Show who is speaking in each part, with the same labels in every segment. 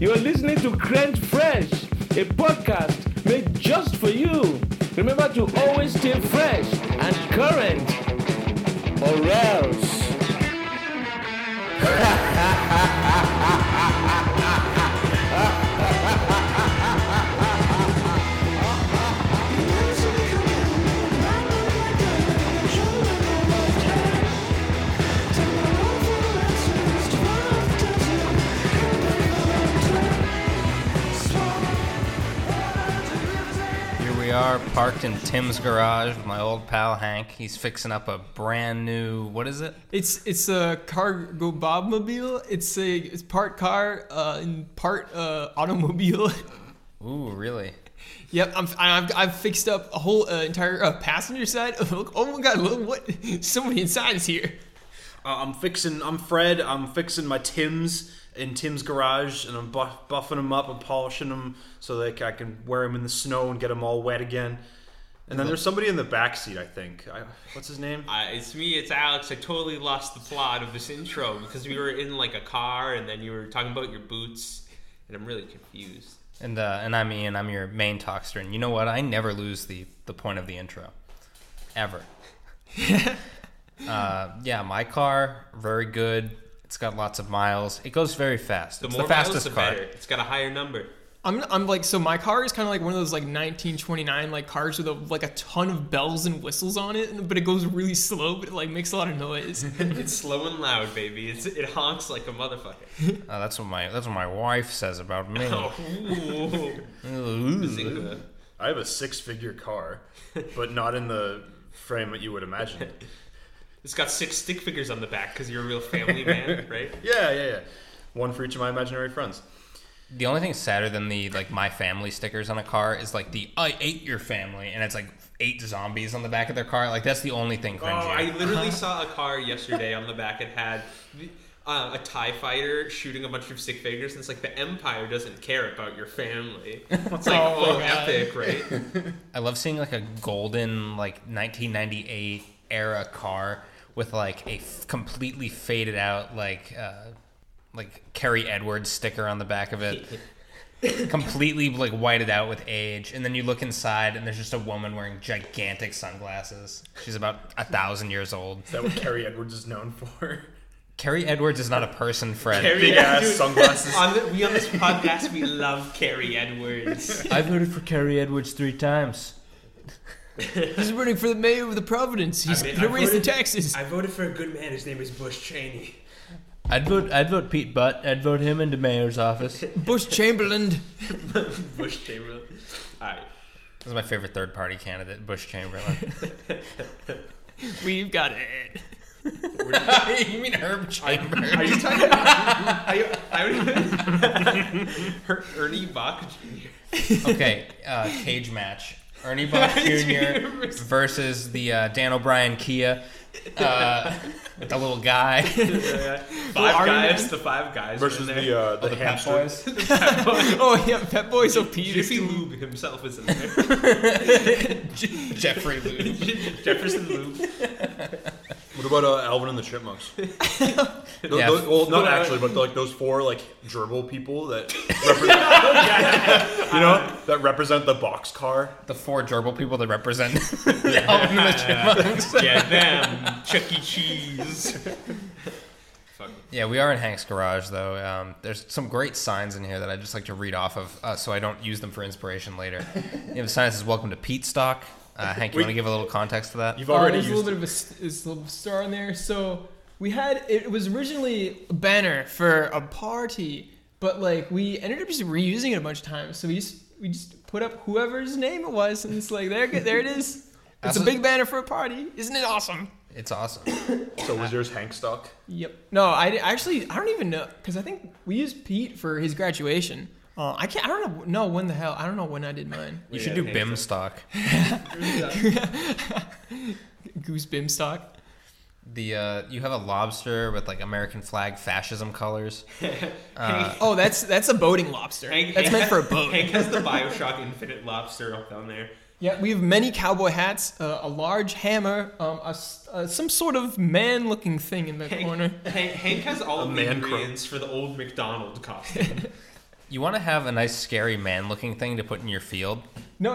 Speaker 1: You are listening to Crunch Fresh, a podcast made just for you. Remember to always stay fresh and current, or else.
Speaker 2: Here we are, parked in Tim's garage with my old pal Hank. He's fixing up a brand new, what is it?
Speaker 3: It's it's a cargo bobmobile. It's a it's part car uh, and part uh, automobile.
Speaker 2: Ooh, really?
Speaker 3: yep, I'm I've, I've fixed up a whole uh, entire uh, passenger side. Look, oh my god, look what somebody inside is here.
Speaker 4: Uh, I'm fixing. I'm Fred. I'm fixing my Tim's in Tim's garage, and I'm buff, buffing them up and polishing them so that I can wear them in the snow and get them all wet again. And then there's somebody in the back seat. I think. I, what's his name?
Speaker 5: Uh, it's me, it's Alex. I totally lost the plot of this intro because we were in like a car and then you were talking about your boots, and I'm really confused.
Speaker 2: And uh, and I'm Ian. I'm your main talkster. And you know what? I never lose the the point of the intro, ever. uh, yeah, my car very good. It's got lots of miles. It goes very fast.
Speaker 5: The
Speaker 2: it's
Speaker 5: more
Speaker 2: the
Speaker 5: miles,
Speaker 2: fastest
Speaker 5: the
Speaker 2: car.
Speaker 5: better. It's got a higher number.
Speaker 3: I'm I'm like so my car is kind of like one of those like 1929 like cars with a, like a ton of bells and whistles on it, but it goes really slow, but it like makes a lot of noise.
Speaker 5: it's slow and loud, baby. It's, it honks like a motherfucker.
Speaker 2: Uh, that's what my that's what my wife says about me.
Speaker 5: Oh, ooh.
Speaker 2: Ooh.
Speaker 5: Zynga.
Speaker 4: I have a six-figure car, but not in the frame that you would imagine.
Speaker 5: it's got six stick figures on the back because you're a real family man, right?
Speaker 4: Yeah, yeah, yeah. One for each of my imaginary friends.
Speaker 2: The only thing sadder than the like my family stickers on a car is like the I ate your family, and it's like eight zombies on the back of their car. Like that's the only thing
Speaker 5: Oh,
Speaker 2: cringy.
Speaker 5: I literally saw a car yesterday on the back. It had uh, a TIE fighter shooting a bunch of stick figures, and it's like the Empire doesn't care about your family. It's like,
Speaker 3: Oh,
Speaker 5: oh,
Speaker 3: God.
Speaker 5: epic, right?
Speaker 2: I love seeing like a golden like 1998 era car with like a f- completely faded out like uh, like Carrie Edwards sticker on the back of it. completely like whited out with age and then you look inside and there's just a woman wearing gigantic sunglasses she's about a thousand years old
Speaker 4: Is that what Carrie Edwards is known for?
Speaker 2: carrie edwards is not a person friend
Speaker 5: Carrie
Speaker 4: Big ass
Speaker 5: Edwards.
Speaker 4: sunglasses.
Speaker 5: on the, we on this podcast we love Carrie Edwards.
Speaker 2: i voted for carrie edwards three times
Speaker 3: He's running for the mayor of the Providence. He's
Speaker 5: I mean,
Speaker 3: gonna
Speaker 5: I
Speaker 3: raise the
Speaker 5: voted-
Speaker 3: taxes.
Speaker 5: I voted for a good man. His name is Bush Cheney.
Speaker 2: i'd vote i'd vote pete butt i'd vote him into mayor's office this
Speaker 3: Bush Chamberlain.
Speaker 5: Bush Chamberlain. All right.
Speaker 2: is my favorite third party candidate bush chamberlain
Speaker 3: We've got it.
Speaker 2: you mean herb chambers
Speaker 5: Are you talking? Are you, I would Her, Ernie Bach Jr.
Speaker 2: Okay, uh, cage match. Ernie Buff Jr. versus the uh, Dan O'Brien Kia. Uh, the little guy.
Speaker 5: Five
Speaker 3: Army
Speaker 5: guys, the five guys were in
Speaker 4: Versus
Speaker 5: there.
Speaker 4: the uh, the,
Speaker 2: Pep
Speaker 4: hamster.
Speaker 2: Boys.
Speaker 3: Oh yeah, Pet Boys OP.
Speaker 5: Jiffy Lube himself is in there.
Speaker 2: Jeffrey Lube.
Speaker 5: Jefferson Lube.
Speaker 4: What about uh, Alvin and the Chipmunks? Those-
Speaker 2: Yeah.
Speaker 4: those- well, not actually, but like those four like gerbil people that represent, you know
Speaker 3: Uh,
Speaker 4: that represent the box car.
Speaker 2: The four gerbil people that represent the Alvin and the Chipmunks.
Speaker 5: Yeah, them. Chuck E. Cheese. Fuck.
Speaker 2: Yeah, we are in Hank's garage, though. Um, there's some great signs in here that I just like to read off of uh, so I don't use them for inspiration later. You know, the sign that says, Welcome to Pete Stock. Uh, Hank, you
Speaker 4: We-
Speaker 2: want to give a little context to that?
Speaker 4: You've already
Speaker 3: Uh, there's
Speaker 4: used.
Speaker 3: a little bit of a, s- there's a little star in there. So we had it was originally a banner for a party, but like we ended up just reusing it a bunch of times. So we just we just put up whoever's name it was, and it's like there there it is. It's a
Speaker 2: Also-
Speaker 3: big banner for a party, isn't it awesome?
Speaker 2: It's awesome.
Speaker 4: it. So was yours Hank Stock?
Speaker 3: Yep. No, I di- actually I don't even know because I think we used Pete for his graduation. Uh, I can't. I don't know. No, when the hell? I don't know when I did mine.
Speaker 2: You should do BIM Stock.
Speaker 3: Goose Bimstock.
Speaker 2: The uh, You have a lobster with like American flag fascism colors.
Speaker 3: Oh, that's that's a boating lobster.
Speaker 5: Hank-
Speaker 3: that's meant
Speaker 5: Hank
Speaker 3: for a
Speaker 5: has-
Speaker 3: boat.
Speaker 5: Hank has the Bioshock Infinite lobster up down there.
Speaker 3: Yeah, we have many cowboy hats, uh, a large hammer, um, a s uh, some sort of man-looking thing in the
Speaker 5: Hank,
Speaker 3: corner.
Speaker 5: Hank, Hank has all of the
Speaker 4: man
Speaker 5: ingredients for the old McDonald costume.
Speaker 2: You want to have a nice, scary man-looking thing to put in your field
Speaker 3: No,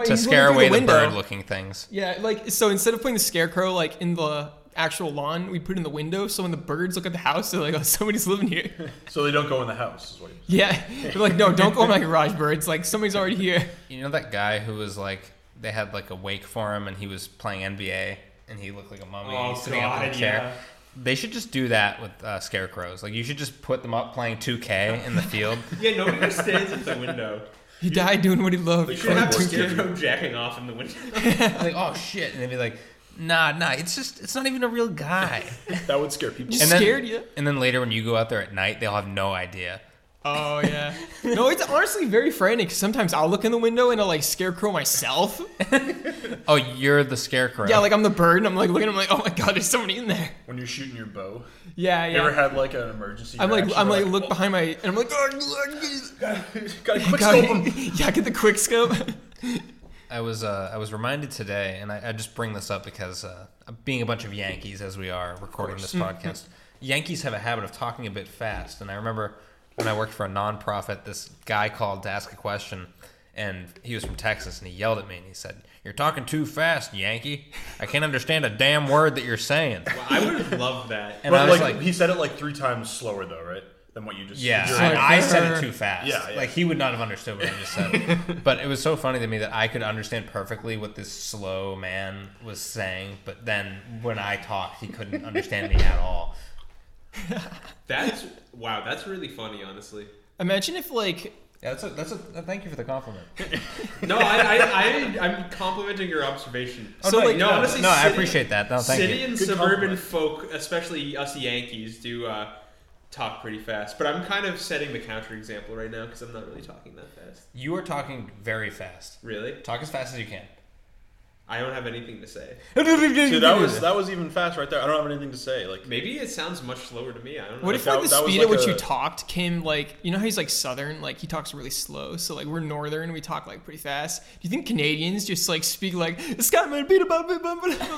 Speaker 2: to
Speaker 3: Oh, he's looking
Speaker 2: scare
Speaker 3: through
Speaker 2: away the,
Speaker 3: window.
Speaker 2: bird-looking things.
Speaker 3: Yeah, like so instead of putting the scarecrow like in the actual lawn, we put it in the window. So when the birds look at the house, they're like, "Oh, somebody's living here."
Speaker 4: So they don't go in the house. Is what you're
Speaker 3: yeah, they're like, "No, don't go in my garage, birds. Like somebody's already here."
Speaker 2: You know that guy who was like, they had like a wake for him, and he was playing NBA, and he looked like a mummy
Speaker 5: Oh,
Speaker 2: sitting up in a
Speaker 5: God,
Speaker 2: chair.
Speaker 5: yeah.
Speaker 2: They should just do that with uh, scarecrows. Like you should just put them up playing 2K in the field.
Speaker 5: Yeah, nobody just stands at the window.
Speaker 3: He died doing what he loved.
Speaker 5: You should have a
Speaker 3: Two kids.
Speaker 5: scarecrow jacking off in the window.
Speaker 2: like oh shit, and they'd be like, nah, nah, it's just it's not even a real guy.
Speaker 4: That would scare people.
Speaker 3: Just
Speaker 2: And then-
Speaker 3: scared you.
Speaker 2: and then later when you go out there at night, they'll have no idea.
Speaker 3: Oh yeah. No, it's honestly very frightening. 'cause sometimes I'll look in the window and I'll like scarecrow myself.
Speaker 2: Oh, you're the scarecrow.
Speaker 3: Yeah, like I'm the bird and I'm like looking. I'm like, "Oh my god, there's somebody in there."
Speaker 4: When you're shooting your bow,
Speaker 3: Yeah, yeah.
Speaker 4: you ever had like an emergency?
Speaker 3: I'm like,
Speaker 4: reaction?
Speaker 3: I'm
Speaker 4: You're
Speaker 3: like, look behind my, and I'm like, "Oh, look,
Speaker 4: "Oh, gotta quick
Speaker 3: God."
Speaker 4: scope 'em."
Speaker 3: yeah, get the quick scope.
Speaker 2: I was uh, I was reminded today, and I, I just bring this up because uh, being a bunch of Yankees as we are recording this podcast, Yankees have a habit of talking a bit fast. And I remember when I worked for a nonprofit, this guy called to ask a question, and he was from Texas, and he yelled at me and he said, "You're talking too fast, Yankee. I can't understand a damn word that you're saying."
Speaker 5: Wow, I would have loved that.
Speaker 2: And I
Speaker 4: But
Speaker 2: was
Speaker 4: like,
Speaker 2: like,
Speaker 4: he said it like three times slower though, right? Than what you just.
Speaker 2: Yeah,
Speaker 4: you're-
Speaker 3: Sorry.
Speaker 2: I, I said it too fast.
Speaker 4: Yeah, yeah.
Speaker 2: Like he would not have understood what I just said. but it was so funny to me that I could understand perfectly what this slow man was saying, but then when I talked, he couldn't understand me at all.
Speaker 5: That's wow. That's really funny, honestly.
Speaker 3: Imagine if like,
Speaker 2: Yeah, that's a, that's a, thank you for the compliment.
Speaker 5: No, I, I, I I'm complimenting your observation.
Speaker 3: So,
Speaker 5: no,
Speaker 3: like,
Speaker 5: no,
Speaker 3: no,
Speaker 5: honestly,
Speaker 2: Oh, no, I
Speaker 5: city-
Speaker 2: appreciate that. No, thank
Speaker 5: city
Speaker 2: you.
Speaker 5: and
Speaker 4: Good
Speaker 5: suburban
Speaker 4: compliment.
Speaker 5: folk, especially us Yankees, do uh, talk pretty fast. But I'm kind of setting the counterexample right now because I'm not really talking that fast.
Speaker 2: You are talking very fast.
Speaker 5: Really,
Speaker 2: Talk as fast as you can.
Speaker 5: I don't have anything to say.
Speaker 4: Dude, that was that was even fast right there. I don't have anything to say. Like,
Speaker 5: Maybe it sounds much slower to me. I don't know.
Speaker 3: what if
Speaker 4: that-
Speaker 3: like the
Speaker 4: that was
Speaker 3: speed at
Speaker 4: like
Speaker 3: which you
Speaker 4: a-
Speaker 3: talked came like, you know how he's like southern, like he talks really slow. So like we're northern, we talk like pretty fast. Do you think Canadians just like speak like Scotland beat about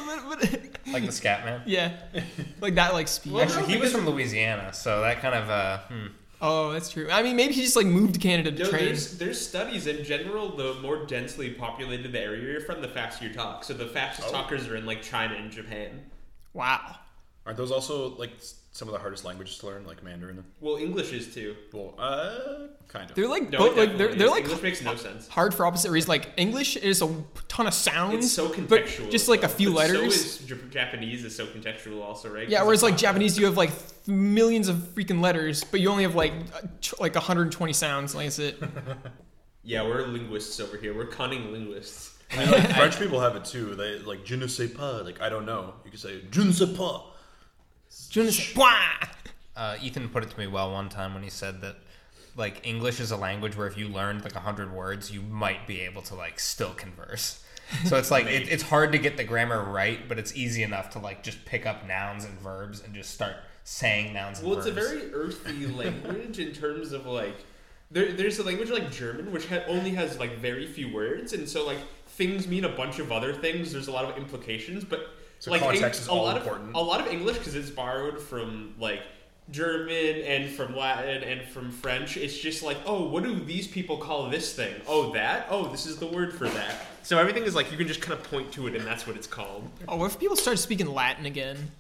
Speaker 2: Like the scat man.
Speaker 3: Yeah, like that like speed.
Speaker 5: Well,
Speaker 2: Actually, he was from Louisiana, so that kind of uh, hmm.
Speaker 3: oh, that's true. I mean, maybe he just like moved to Canada to
Speaker 5: No,
Speaker 3: train.
Speaker 5: there's there's studies in general. The more densely populated the area you're from, the faster you talk. So the fastest talkers are in like China and Japan.
Speaker 3: Wow.
Speaker 4: are those also like s- some of the hardest languages to learn, like Mandarin?
Speaker 5: Well, English is too.
Speaker 4: Well, uh, kind of.
Speaker 3: They're like,
Speaker 5: No,
Speaker 3: both,
Speaker 5: it
Speaker 3: like they're,
Speaker 5: definitely
Speaker 3: they're
Speaker 5: is.
Speaker 3: like
Speaker 5: English makes no sense.
Speaker 3: hard for opposite reasons. Like English is a ton of sounds,
Speaker 5: It's so contextual.
Speaker 3: but just like a
Speaker 5: though.
Speaker 3: few
Speaker 5: But so
Speaker 3: letters.
Speaker 5: is Jap- Japanese is so contextual, also, right?
Speaker 3: yeah,
Speaker 5: 'Cause
Speaker 3: whereas
Speaker 5: it's
Speaker 3: like
Speaker 5: not-
Speaker 3: Japanese, you have like th- millions of freaking letters, but you only have like uh, tr- like 120 sounds. Like that's it.
Speaker 5: Yeah, we're linguists over here. We're cunning linguists.
Speaker 4: I mean, like French people have it too. They like je ne sais pas. Like I don't know. You can say je ne sais pas.
Speaker 3: Je ne sais pas.
Speaker 2: uh, Ethan put it to me well one time when he said that like English is a language where if you learned like a hundred words, you might be able to like still converse. So it's like it, it's hard to get the grammar right, but it's easy enough to like just pick up nouns and verbs and just start saying nouns and
Speaker 5: Well, it's
Speaker 2: verbs.
Speaker 5: a very earthy language in terms of like there, there's a language like German which ha- only has like very few words, and so like things mean a bunch of other things. There's a lot of implications, but
Speaker 4: So
Speaker 5: like
Speaker 4: context is
Speaker 5: a
Speaker 4: all
Speaker 5: lot
Speaker 4: important.
Speaker 5: Of, a lot of English because it's borrowed from like German and from Latin and from French. It's just like oh, what do these people call this thing? Oh, that. Oh, this is the word for that. So everything is like you can just kind of point to it, and that's what it's called.
Speaker 3: Oh, what if people start speaking Latin again?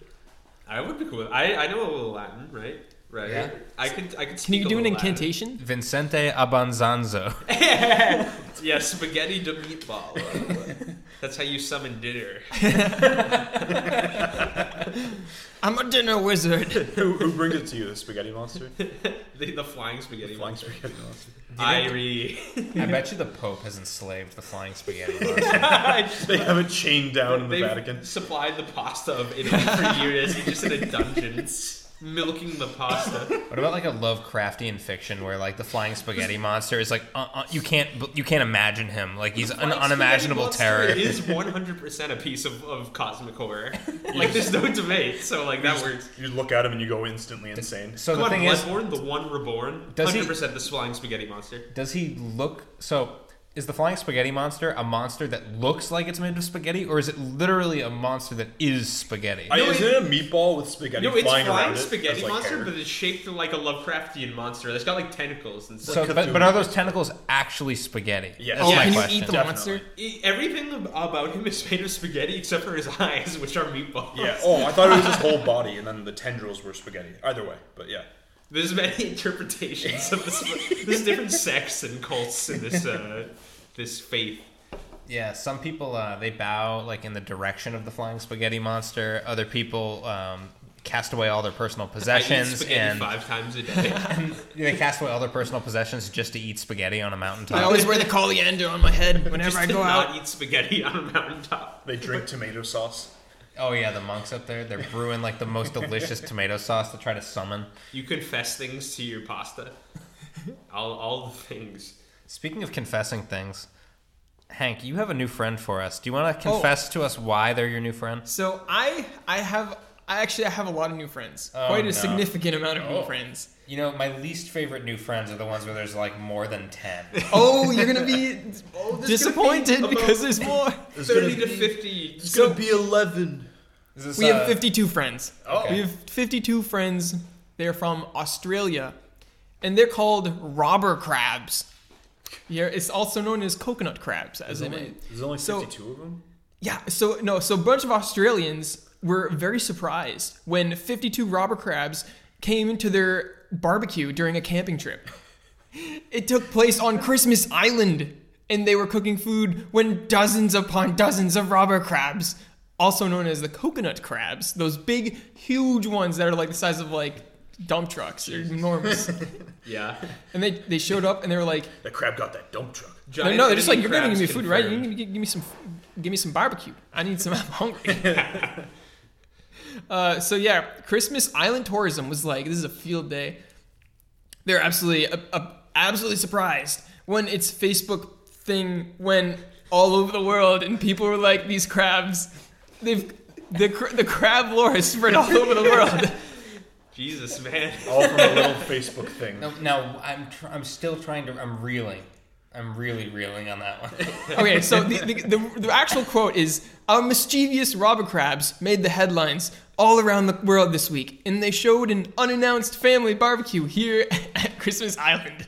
Speaker 5: I would be cool. I, I know a little Latin, right? Right.
Speaker 2: Yeah.
Speaker 5: I could I could.
Speaker 3: Can
Speaker 5: speak
Speaker 3: you
Speaker 5: a
Speaker 3: do an
Speaker 5: little Latin.
Speaker 3: incantation?
Speaker 2: Vincente Abanzanzo.
Speaker 5: Yeah, spaghetti to meatball. That's how you summon dinner.
Speaker 3: I'm a dinner wizard.
Speaker 4: who, who brings it to you? The spaghetti monster,
Speaker 5: The, the flying spaghetti.
Speaker 4: flying spaghetti monster.
Speaker 5: Irie.
Speaker 2: I bet you the Pope has enslaved the flying spaghetti. monster.
Speaker 4: They have it chained down in the
Speaker 5: They've
Speaker 4: Vatican.
Speaker 5: supplied the pasta of Italy for years. He's just in a dungeon, milking the pasta.
Speaker 2: what about like a Lovecraftian fiction where like the flying spaghetti monster is like uh, uh, you can't you can't imagine him like he's an
Speaker 5: Flying
Speaker 2: unimaginable terror.
Speaker 5: spaghetti monster is one hundred percent a piece of, of cosmic horror. Like there's no debate. So like that works.
Speaker 4: You look at him and you go instantly insane.
Speaker 2: So
Speaker 5: Come
Speaker 2: the
Speaker 5: on,
Speaker 2: thing is,
Speaker 5: Bloodborne, the one reborn.
Speaker 2: Does he-
Speaker 5: Hundred percent the flying spaghetti monster.
Speaker 2: Does he look so? is the flying spaghetti monster a monster that looks like it's made of spaghetti, or is it literally a monster that is spaghetti?
Speaker 6: I,
Speaker 5: No,
Speaker 6: isn't it a meatball with spaghetti
Speaker 5: No,
Speaker 6: flying
Speaker 5: it's flying,
Speaker 6: around it
Speaker 5: spaghetti
Speaker 6: as, like,
Speaker 5: monster,
Speaker 6: hair?
Speaker 5: but it's shaped like a Lovecraftian monster. That's got like tentacles and stuff.
Speaker 2: so, but, but are those tentacles actually spaghetti?
Speaker 6: Yes.
Speaker 2: That's
Speaker 5: Oh,
Speaker 6: Yeah,
Speaker 2: my
Speaker 3: can
Speaker 2: question.
Speaker 3: you Oh eat the
Speaker 6: Definitely.
Speaker 3: monster?
Speaker 5: E- Everything ab- about him is made of spaghetti except for his eyes, which are meatballs.
Speaker 6: Yeah. Oh, I thought it was his whole body, and then the tendrils were spaghetti. Either way, but yeah.
Speaker 5: There's many interpretations of this. There's different sects and cults in this uh, this faith.
Speaker 2: Yeah, some people uh, they bow like in the direction of the flying spaghetti monster. Other people um, cast away all their personal
Speaker 5: I eat
Speaker 2: possessions
Speaker 5: spaghetti
Speaker 2: and
Speaker 5: five times a day.
Speaker 2: they cast away all their personal possessions just to eat spaghetti on a
Speaker 3: I
Speaker 2: mountaintop.
Speaker 3: always wear the coriander on my head whenever
Speaker 5: Just
Speaker 3: I
Speaker 5: to
Speaker 3: go
Speaker 5: not
Speaker 3: out.
Speaker 5: eat spaghetti on a mountaintop.
Speaker 6: They drink tomato sauce.
Speaker 2: oh yeah, the monks up there they're brewing like the most delicious tomato sauce to try to summon.
Speaker 5: You confess things to your pasta. All all the things.
Speaker 2: Speaking of confessing things, Hank, you have a new friend for us. Do you want to confess to us why they're your new friend?
Speaker 3: So I I have I actually I have a lot of new friends.
Speaker 5: Oh,
Speaker 3: Quite a
Speaker 2: no.
Speaker 3: significant amount of
Speaker 2: Oh.
Speaker 3: new friends.
Speaker 2: You know, my least favorite new friends are the ones where there's like more than ten.
Speaker 3: Oh, you're gonna be
Speaker 5: Oh,
Speaker 3: disappointed
Speaker 5: about-
Speaker 3: because there's more.
Speaker 5: Thirty to fifty.
Speaker 4: It's gonna be eleven.
Speaker 2: Is this,
Speaker 3: We
Speaker 2: uh,
Speaker 3: have 52 friends.
Speaker 4: Oh.
Speaker 2: Okay.
Speaker 3: We have 52 friends. They're from Australia, and they're called robber crabs. Yeah, it's also known as coconut crabs, as it may.
Speaker 4: There's only
Speaker 3: So-
Speaker 4: fifty-two of them.
Speaker 3: Yeah, so no, so a bunch of Australians were very surprised when 52 robber crabs came to their barbecue during a camping trip. It took place on Christmas Island, and they were cooking food when dozens upon dozens of robber crabs, also known as the coconut crabs, those big, huge ones that are like the size of like dump trucks, they're enormous.
Speaker 5: Yeah.
Speaker 3: and they, they showed up and they were like,
Speaker 6: The crab got that dump truck.
Speaker 3: no,
Speaker 5: Giant
Speaker 3: no, they're just like,
Speaker 5: enemy
Speaker 3: you're gonna give me
Speaker 5: crabs
Speaker 3: food, right? You
Speaker 5: confirmed.
Speaker 3: need to gi- give me some, give me some barbecue. I need some. I'm hungry. uh, so yeah, Christmas Island tourism was like, this is a field day. They're absolutely, uh, uh, absolutely surprised when it's Facebook thing when all over the world and people were like these crabs. They've the cra- the crab lore is spread all over the world.
Speaker 5: Jesus, man.
Speaker 6: All from a little Facebook thing.
Speaker 2: No, no I'm tr- I'm still trying to. I'm reeling. I'm really reeling on that one.
Speaker 3: Okay, so the, the, the, the actual quote is Our mischievous robber crabs made the headlines all around the world this week, and they showed an unannounced family barbecue here at Christmas Island.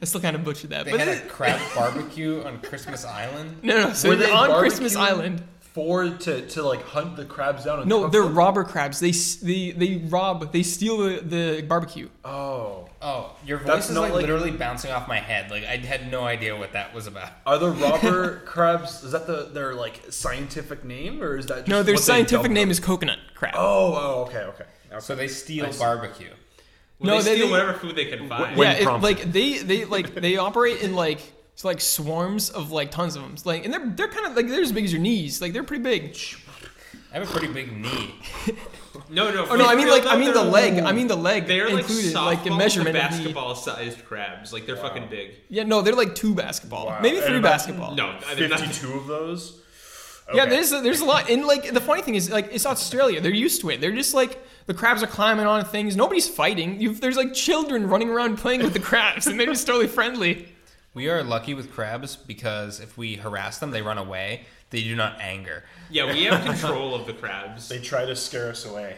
Speaker 3: I still kind of butchered that.
Speaker 2: They
Speaker 3: but
Speaker 2: had a
Speaker 3: it-
Speaker 2: crab barbecue on Christmas Island.
Speaker 3: no, no, so
Speaker 4: Were
Speaker 3: they're
Speaker 4: they
Speaker 3: on Christmas
Speaker 4: barbecuing?
Speaker 3: Island.
Speaker 4: Four to to like hunt the crabs down. And
Speaker 3: No,
Speaker 4: cook
Speaker 3: they're
Speaker 4: them?
Speaker 3: robber crabs. They, s- they, they rob, they steal the, the barbecue.
Speaker 4: Oh,
Speaker 2: Oh, your voice
Speaker 4: That's
Speaker 2: is
Speaker 4: not
Speaker 2: like,
Speaker 4: like-
Speaker 2: literally bouncing off my head. Like I had no idea what that was about.
Speaker 4: are the robber crabs? Is that the their like scientific name, or is that just
Speaker 3: No, their
Speaker 4: what they
Speaker 3: scientific
Speaker 4: dump
Speaker 3: name
Speaker 4: them?
Speaker 3: is coconut crab.
Speaker 4: Oh, oh, okay, okay. okay.
Speaker 2: So they steal barbecue.
Speaker 5: Well,
Speaker 3: No,
Speaker 5: they
Speaker 3: they-
Speaker 5: steal
Speaker 3: they-
Speaker 5: whatever food they can find.
Speaker 4: when
Speaker 3: yeah, it,
Speaker 4: prompted.
Speaker 3: like they they like they operate in like it's like swarms of like tons of them. Like and they're they're kind of like they're as big as your knees. Like they're pretty big.
Speaker 2: I have a pretty big knee.
Speaker 5: No, no.
Speaker 3: Oh no, I mean like I mean the
Speaker 5: they're-
Speaker 3: leg. I mean the leg
Speaker 5: They're like
Speaker 3: included
Speaker 5: softball
Speaker 3: like a measurement of the-
Speaker 5: basketball-sized crabs. Like they're fucking big.
Speaker 3: Yeah, no, they're like two basketball.
Speaker 6: Wow.
Speaker 3: Maybe
Speaker 6: And
Speaker 3: three
Speaker 6: about-
Speaker 3: basketball.
Speaker 5: No, I mean, not,
Speaker 6: Fifty-two of those.
Speaker 3: Yeah,
Speaker 6: Okay.
Speaker 3: there's a, there's a lot. And like the funny thing is like it's Australia. They're used to it. They're just like the crabs are climbing on things. Nobody's fighting. You've, there's like children running around playing with the crabs, and they're just totally friendly.
Speaker 2: We are lucky with crabs because if we harass them, they run away. They do not anger.
Speaker 5: yeah, we have control of the crabs.
Speaker 6: They try to scare us away.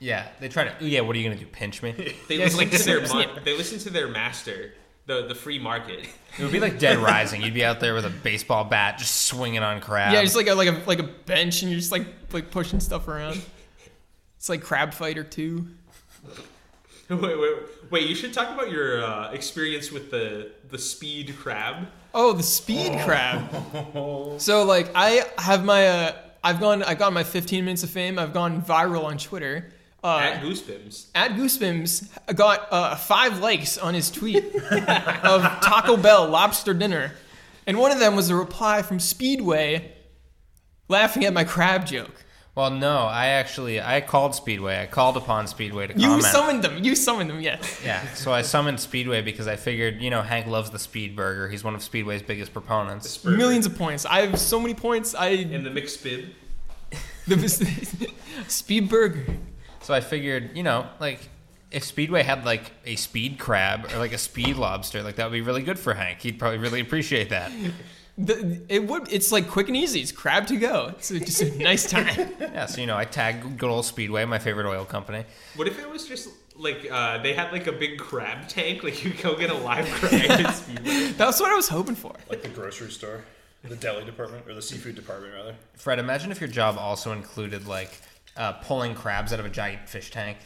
Speaker 2: Yeah, they try to. "Ooh, Yeah, what are you gonna do? Pinch me? It
Speaker 5: They
Speaker 3: Yeah,
Speaker 5: listen
Speaker 3: like
Speaker 5: to their
Speaker 3: Sims,
Speaker 5: mon-
Speaker 3: yeah.
Speaker 5: they listen to their master, the the free market.
Speaker 2: would be like Dead Rising. You'd be out there with a baseball bat, just swinging on crabs.
Speaker 3: Yeah, just like a like a like a bench, and you're just like like pushing stuff around. It's like Crab Fighter Two.
Speaker 5: wait, wait, wait! You should talk about your uh, experience with the the speed crab.
Speaker 3: Oh, the speed crab. So like I have my uh, I've gone I've gone my 15 minutes of fame. I've gone viral on Twitter.
Speaker 5: At
Speaker 3: Uh,
Speaker 5: Goosebims.
Speaker 3: at Goosebims got uh, five likes on his tweet of Taco Bell lobster dinner, and one of them was a reply from Speedway, laughing at my crab joke.
Speaker 2: Well, no, I actually I called Speedway. I called upon Speedway to
Speaker 3: You
Speaker 2: comment.
Speaker 3: summoned them. You summoned them. Yes.
Speaker 2: yeah, so I summoned Speedway because I figured, you know, Hank loves the Speed Burger. He's one of Speedway's biggest proponents.
Speaker 3: Millions of points. I have so many points. I
Speaker 5: in the mixed bib.
Speaker 3: The Speed Burger.
Speaker 2: So I figured, you know, like if Speedway had like a speed crab or like a speed lobster, like that would be really good for Hank. He'd probably really appreciate that.
Speaker 3: The, it would. It's like quick and easy. It's crab to go. It's a- just a nice time.
Speaker 2: Yeah, so you know, I tagged good old Speedway, my favorite oil company.
Speaker 5: What if it was just like uh, they had like a big crab tank? Like you go get a live crab and Speedway.
Speaker 3: That's what I was hoping for.
Speaker 6: Like the grocery store, the deli department, or the seafood department, rather.
Speaker 2: Fred, imagine if your job also included like uh, pulling crabs out of a giant fish tank.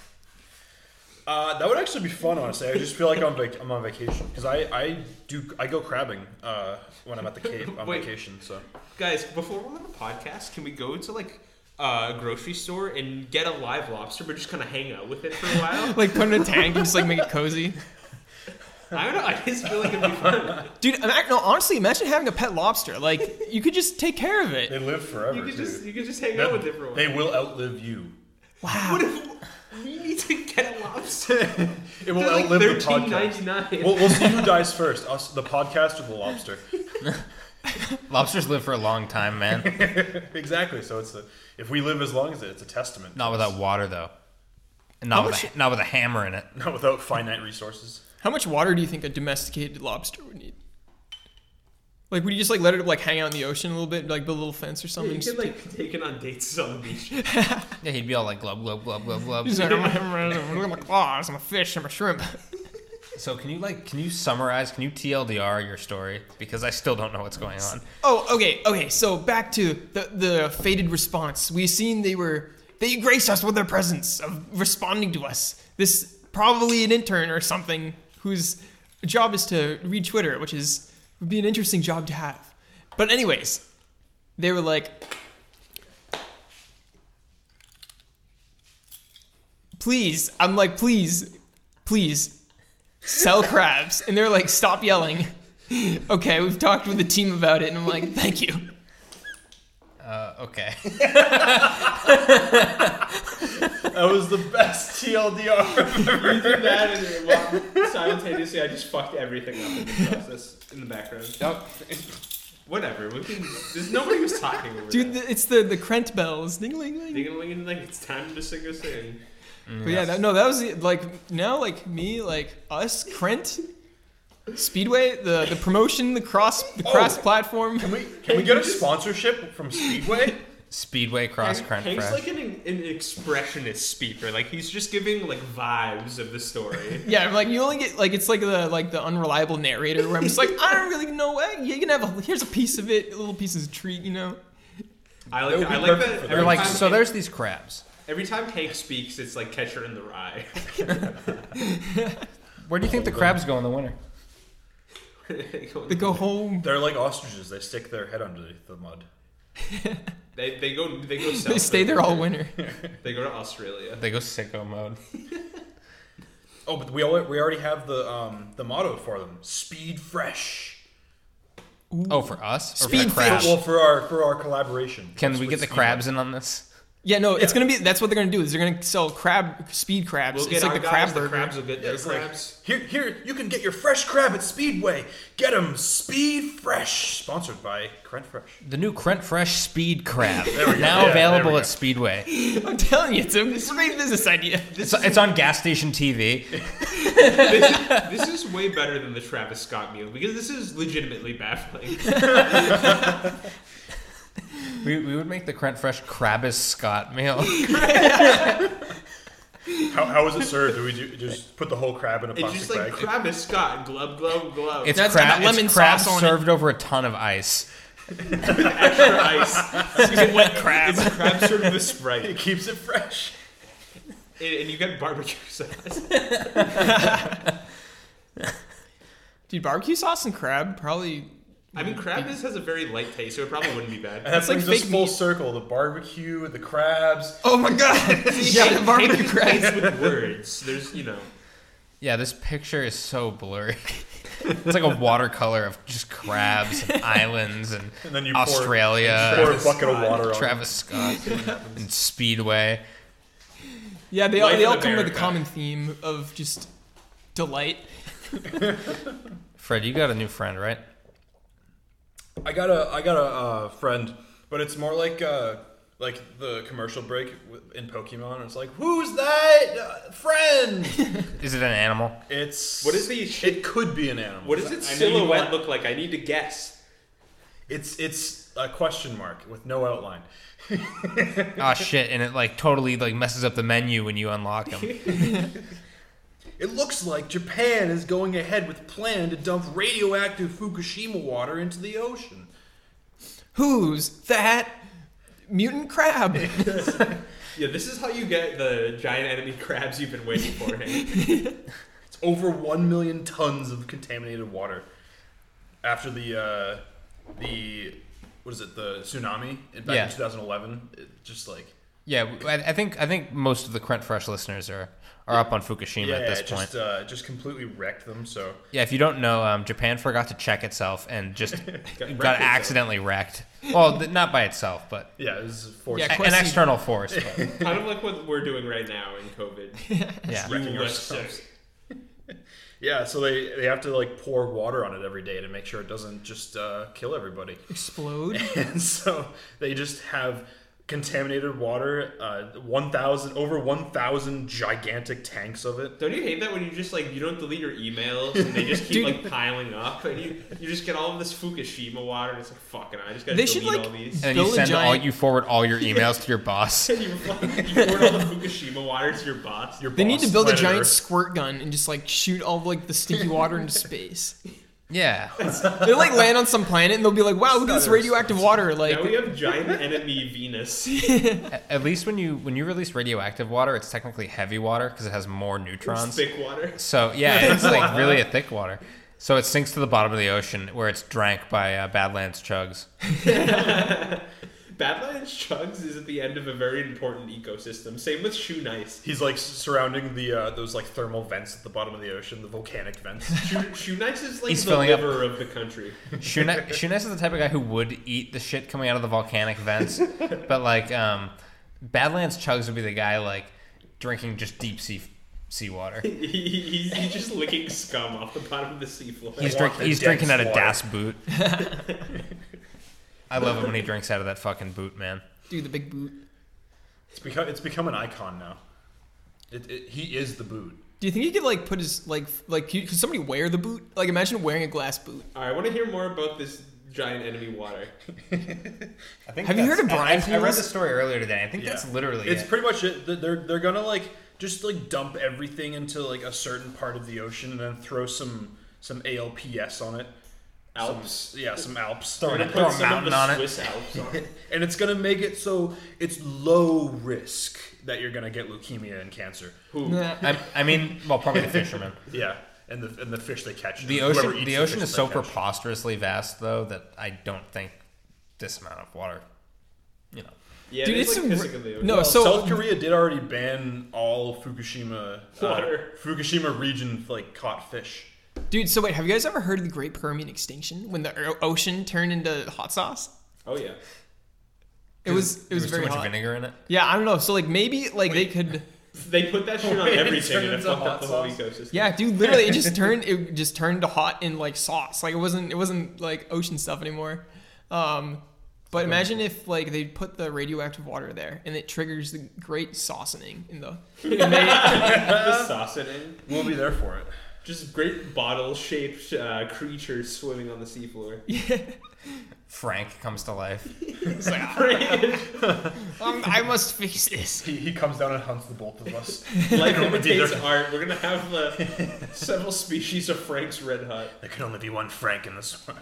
Speaker 6: Uh, that would actually be fun, honestly. I just feel like I'm, vac- I'm on vacation because I, I do I go crabbing uh, when I'm at the Cape on
Speaker 5: Wait.
Speaker 6: vacation. So
Speaker 5: Guys, before we're on the podcast, can we go to like a grocery store and get a live lobster, but just kind of hang out with it for a while?
Speaker 3: Like put it in a tank and just like make it cozy.
Speaker 5: I don't know. I just feel like it'd be fun.
Speaker 3: Dude, I'm act- no, honestly, imagine having a pet lobster. Like you could just take care of
Speaker 6: they
Speaker 3: it.
Speaker 6: live forever.
Speaker 5: You could just
Speaker 6: too.
Speaker 5: you could just hang
Speaker 6: That-
Speaker 5: out with it for a while.
Speaker 6: they will outlive you.
Speaker 5: What if we need to get a lobster?
Speaker 6: It will
Speaker 5: They're like
Speaker 6: outlive the
Speaker 5: thirteen
Speaker 6: podcast.
Speaker 5: ninety nine.
Speaker 6: We'll, we'll see who dies first, us, the podcast or the lobster.
Speaker 2: Lobsters live for a long time, man.
Speaker 6: exactly. So it's a, if we live as long as it, it's a testament.
Speaker 2: Not without water though. And not with a, not with a hammer in it.
Speaker 6: Not without finite resources.
Speaker 3: How much water do you think a domesticated lobster would need? Like would you just like let it like hang out in the ocean a little bit, like build a little fence or something?
Speaker 5: you
Speaker 3: Just
Speaker 5: could like take it on dates on the beach.
Speaker 2: Yeah, he'd be all like glub glub glub glub glub.
Speaker 3: He's like, I'm, a- I'm a claws, I'm a fish, I'm a shrimp.
Speaker 2: So can you like can you summarize? Can you TLDR your story because I still don't know what's going on.
Speaker 3: Oh, okay, okay. So back to the the fated response. We seen they were they graced us with their presence of responding to us. This probably an intern or something whose job is to read Twitter, which is would be an interesting job to have. But anyways, they were like, please. I'm like, please, please, sell crabs. And they're like, stop yelling. Okay, we've talked with the team about it, and I'm like, thank you.
Speaker 2: Uh, okay.
Speaker 6: That was the best TLDR.
Speaker 5: You did that and then walked- simultaneously I just fucked everything up in the process in the background. Whatever. We can, there's nobody was talking over
Speaker 3: Dude,
Speaker 5: that.
Speaker 3: the, it's the the Krent bells, ding ling ling.
Speaker 5: Ding-a-ling, like it's time to sing a sing.
Speaker 3: But yeah, that, no, that was the- like now, like me, like us, Krent, Speedway, the the promotion, the cross, the cross platform.
Speaker 6: Can we can we get a sponsorship from Speedway?
Speaker 2: Speedway cross crunch
Speaker 5: Hank's
Speaker 2: fresh.
Speaker 5: like an, an expressionist speaker. Like he's just giving like vibes of the story.
Speaker 3: Yeah, I'm like you only get like it's like the like the unreliable narrator where I'm just like I don't really know what you can have. A, here's a piece of it, a little piece is a treat, you know.
Speaker 5: I like
Speaker 6: would be
Speaker 5: I
Speaker 6: perfect for
Speaker 5: like that.
Speaker 6: them.
Speaker 2: They're
Speaker 5: Every,
Speaker 2: like
Speaker 5: time,
Speaker 2: so. There's these crabs.
Speaker 5: every time Hank speaks, it's like catcher in the rye.
Speaker 2: Where do you think the crabs go in the winter?
Speaker 3: They go home.
Speaker 6: They're like ostriches. They stick their head underneath the mud.
Speaker 5: They, they go they go south.
Speaker 3: They stay there all winter.
Speaker 5: They go to Australia.
Speaker 2: They go sicko mode.
Speaker 6: Oh, but we al- we already have the um the motto for them: Speed Fresh.
Speaker 2: Oh, for us? Or for
Speaker 3: Speed
Speaker 2: the crabs?
Speaker 6: Well, for our for our collaboration.
Speaker 2: Can
Speaker 6: That's
Speaker 2: we
Speaker 6: what
Speaker 2: get the
Speaker 6: Speedway-
Speaker 2: crabs in on this?
Speaker 3: Yeah, no, it's gonna be. That's what they're gonna do. Is they're gonna sell crab, speed crabs.
Speaker 5: We'll
Speaker 3: it's
Speaker 5: get
Speaker 3: like
Speaker 5: our
Speaker 3: the
Speaker 5: guys,
Speaker 3: crab
Speaker 5: the
Speaker 3: burger.
Speaker 5: crabs will get their
Speaker 6: It's like,
Speaker 5: crabs.
Speaker 6: here, here, you can get your fresh crab at Speedway. Get 'em Speed Fresh, sponsored by Crent Fresh.
Speaker 2: The new Crent Fresh Speed Crab. now
Speaker 6: Yeah, there
Speaker 2: available
Speaker 6: we
Speaker 2: at
Speaker 6: go.
Speaker 2: Speedway.
Speaker 3: I'm telling you, it's a, it's a great business idea.
Speaker 2: It's, it's on gas station TV.
Speaker 5: This is way better than the Travis Scott meal because this is legitimately baffling.
Speaker 2: We, we would make the Crent Fresh Crabbis Scott meal.
Speaker 6: How, how is it served? Do we do, just put the whole crab in a
Speaker 5: It's
Speaker 6: plastic
Speaker 5: just like
Speaker 6: bag?
Speaker 5: Travis Scott, glub, glub, glove.
Speaker 2: It's,
Speaker 3: That's
Speaker 2: crab,
Speaker 3: got lemon
Speaker 2: it's crab
Speaker 3: sauce on it.
Speaker 2: served over a ton of ice.
Speaker 5: extra ice.
Speaker 3: wet crab.
Speaker 5: It's crab served with Sprite.
Speaker 6: it keeps it fresh.
Speaker 5: And, and you get barbecue sauce.
Speaker 3: Dude, barbecue sauce and crab probably.
Speaker 5: I mean, crab is, has a very light taste, so it probably wouldn't be bad.
Speaker 6: And that
Speaker 3: It's like
Speaker 6: brings us
Speaker 3: fake
Speaker 6: full
Speaker 3: meat.
Speaker 6: circle: the barbecue, the crabs.
Speaker 3: Oh my god! yeah, the barbecue crab.
Speaker 5: It's with words. There's, you know.
Speaker 2: Yeah, this picture is so blurry. It's like a watercolor of just crabs and islands and,
Speaker 6: And then you pour-
Speaker 2: Australia,
Speaker 6: Pour a bucket of water on.
Speaker 2: Travis Scott, and Speedway.
Speaker 3: Yeah, they all
Speaker 5: Life
Speaker 3: they
Speaker 5: in
Speaker 3: all come with a
Speaker 5: America.
Speaker 3: common theme of just delight.
Speaker 2: Fred, you got a new friend, right?
Speaker 6: I got a I got a uh, friend, but it's more like uh, like the commercial break w- in Pokemon. It's like, who's that uh, friend?
Speaker 2: Is it an animal?
Speaker 6: It's
Speaker 5: What is the shit-
Speaker 6: It could be an animal.
Speaker 5: What does its
Speaker 6: I know you
Speaker 5: silhouette
Speaker 6: want-
Speaker 5: look like? I need to guess.
Speaker 6: It's it's a question mark with no outline.
Speaker 2: Ah, shit! And it like totally like messes up the menu when you unlock them.
Speaker 6: It looks like Japan is going ahead with plan to dump radioactive Fukushima water into the ocean.
Speaker 3: Who's that mutant crab?
Speaker 5: Yeah, this is how you get the giant enemy crabs you've been waiting for. Hank.
Speaker 6: It's over one million tons of contaminated water after the uh, the what is it the tsunami in- back
Speaker 2: Yeah.
Speaker 6: in 2011. It just like
Speaker 2: yeah, I, I think I think most of the Crent Fresh listeners are are up on Fukushima
Speaker 6: yeah,
Speaker 2: at this
Speaker 6: it
Speaker 2: point.
Speaker 6: just uh, just completely wrecked them. So
Speaker 2: Yeah, if you don't know, um, Japan forgot to check itself and just got,
Speaker 5: wrecked
Speaker 2: accidentally wrecked. Well, th- not by itself, but
Speaker 6: yeah, it was forced
Speaker 3: Yeah,
Speaker 2: a- an
Speaker 3: Question.
Speaker 2: external force. but,
Speaker 5: kind of like what we're doing right now in COVID.
Speaker 2: yeah.
Speaker 6: wrecking
Speaker 5: You look
Speaker 6: ourselves.
Speaker 5: sick.
Speaker 6: Yeah, so they they have to like pour water on it every day to make sure it doesn't just uh, kill everybody.
Speaker 3: Explode.
Speaker 6: and so they just have contaminated water, uh, one thousand over one thousand gigantic tanks of it.
Speaker 5: Don't you hate that when you just like you don't delete your emails and they just keep like piling up and you you just get all of this Fukushima water and it's like fucking I just gotta
Speaker 3: They
Speaker 5: delete
Speaker 3: should,
Speaker 5: all
Speaker 3: like,
Speaker 5: these.
Speaker 2: And then you
Speaker 3: Build a
Speaker 2: send all
Speaker 3: giant-
Speaker 2: you forward all your emails to your boss.
Speaker 5: you fucking- you poured all the Fukushima water to your boss.
Speaker 6: Your
Speaker 3: They need
Speaker 6: boss,
Speaker 3: to build a
Speaker 6: planet
Speaker 3: giant
Speaker 6: Earth.
Speaker 3: squirt gun and just like shoot all of, like the stinky water into space.
Speaker 2: Yeah.
Speaker 3: They'll like land on some planet and they'll be like, "Wow, look at this
Speaker 6: Stutter.
Speaker 3: radioactive water!" Like,
Speaker 5: now we have giant enemy Venus.
Speaker 2: A- At least when you when you release radioactive water, it's technically heavy water because it has more neutrons.
Speaker 5: Thick water.
Speaker 2: So yeah, it's like really a thick water. So it sinks to the bottom of the ocean where it's drank by uh, Badlands chugs.
Speaker 5: Badlands Chugs is at the end of a very important ecosystem. Same with Shoe Nice.
Speaker 6: He's like surrounding the uh, those like thermal vents at the bottom of the ocean, the volcanic vents.
Speaker 5: Shoe, Shoe Nice is like
Speaker 2: He's
Speaker 5: the
Speaker 2: filling up-
Speaker 5: liver of the country.
Speaker 2: Shuna Shuna is the type of guy who would eat the shit coming out of the volcanic vents, but like um, Badlands Chugs would be the guy like drinking just deep sea seawater.
Speaker 5: He- he- he's, he's just licking scum off the bottom of the seafloor.
Speaker 2: He's
Speaker 6: want
Speaker 2: drink,
Speaker 6: the
Speaker 2: he's drinking out
Speaker 6: dense
Speaker 2: of
Speaker 6: water.
Speaker 2: Das boot. I love him when he drinks out of that fucking boot, man.
Speaker 3: dude, the big boot.
Speaker 6: it's become it's become an icon now. It, it, he is the boot.
Speaker 3: Do you think he could like put his like f- like could could somebody wear the boot? Like, imagine wearing a glass boot.
Speaker 5: All right, I want to hear more about this giant enemy water.
Speaker 2: I think
Speaker 3: Have you
Speaker 2: that's-
Speaker 3: heard of
Speaker 2: I-
Speaker 3: brine
Speaker 2: I- I, read
Speaker 3: pools?
Speaker 2: the story earlier today. I think
Speaker 6: Yeah.
Speaker 2: that's literally
Speaker 6: It's
Speaker 2: it.
Speaker 6: pretty much it. They're- They're they're gonna like just like dump everything into like a certain part of the ocean and then throw some some ALPS on it. Some-
Speaker 5: Alps.
Speaker 6: yeah, some Alps.
Speaker 5: We're gonna
Speaker 2: Throw a
Speaker 5: put some of
Speaker 2: mountain
Speaker 5: the
Speaker 2: on it.
Speaker 5: Swiss Alps on it.
Speaker 6: and it's gonna make it so it's low risk that you're gonna get leukemia and cancer.
Speaker 3: Nah.
Speaker 2: I, I mean, well, probably the fisherman.
Speaker 6: Yeah, and the and the fish they catch.
Speaker 2: The
Speaker 6: Whoever
Speaker 2: ocean,
Speaker 6: eats
Speaker 2: the ocean
Speaker 6: fish
Speaker 2: is
Speaker 6: they
Speaker 2: so
Speaker 6: catch.
Speaker 2: preposterously vast, though, that I don't think this amount of water, you know,
Speaker 5: Yeah,
Speaker 3: Dude,
Speaker 5: there's,
Speaker 3: it's
Speaker 5: like
Speaker 3: some
Speaker 5: pissing
Speaker 3: re-
Speaker 5: in the ocean.
Speaker 3: no.
Speaker 6: Well,
Speaker 3: so
Speaker 6: South Korea did already ban all Fukushima uh,
Speaker 5: Water.
Speaker 6: Fukushima region like caught fish.
Speaker 3: dude, so wait, have you guys ever heard of the Great Permian Extinction when the o- ocean turned into hot sauce?
Speaker 5: Oh yeah.
Speaker 3: It was it
Speaker 2: there
Speaker 3: was
Speaker 2: was too
Speaker 3: very
Speaker 2: much
Speaker 3: hot.
Speaker 2: vinegar in it.
Speaker 3: Yeah, I don't know. So like maybe like they could.
Speaker 5: They put that shit on everything
Speaker 6: turned
Speaker 5: and it
Speaker 6: into
Speaker 5: fucked up
Speaker 6: hot
Speaker 5: the whole
Speaker 6: sauce?
Speaker 5: ecosystem.
Speaker 3: Yeah, dude, literally, it just turned it just turned to hot in like sauce. Like it wasn't it wasn't like ocean stuff anymore. Um, but imagine if like they put the radioactive water there and it triggers the great saucening in the.
Speaker 5: the saucening.
Speaker 6: We'll be there for it.
Speaker 5: Just great bottle-shaped uh, creatures swimming on the seafloor.
Speaker 2: Frank comes to life.
Speaker 3: It's like, "Ah, um, I must fix this.
Speaker 6: He, he comes down and hunts the both of us.
Speaker 5: Life
Speaker 6: don't want
Speaker 5: imitates
Speaker 6: either.
Speaker 5: art. We're gonna have uh, several species of Frank's Red Hot.
Speaker 6: there can only be one Frank in this world.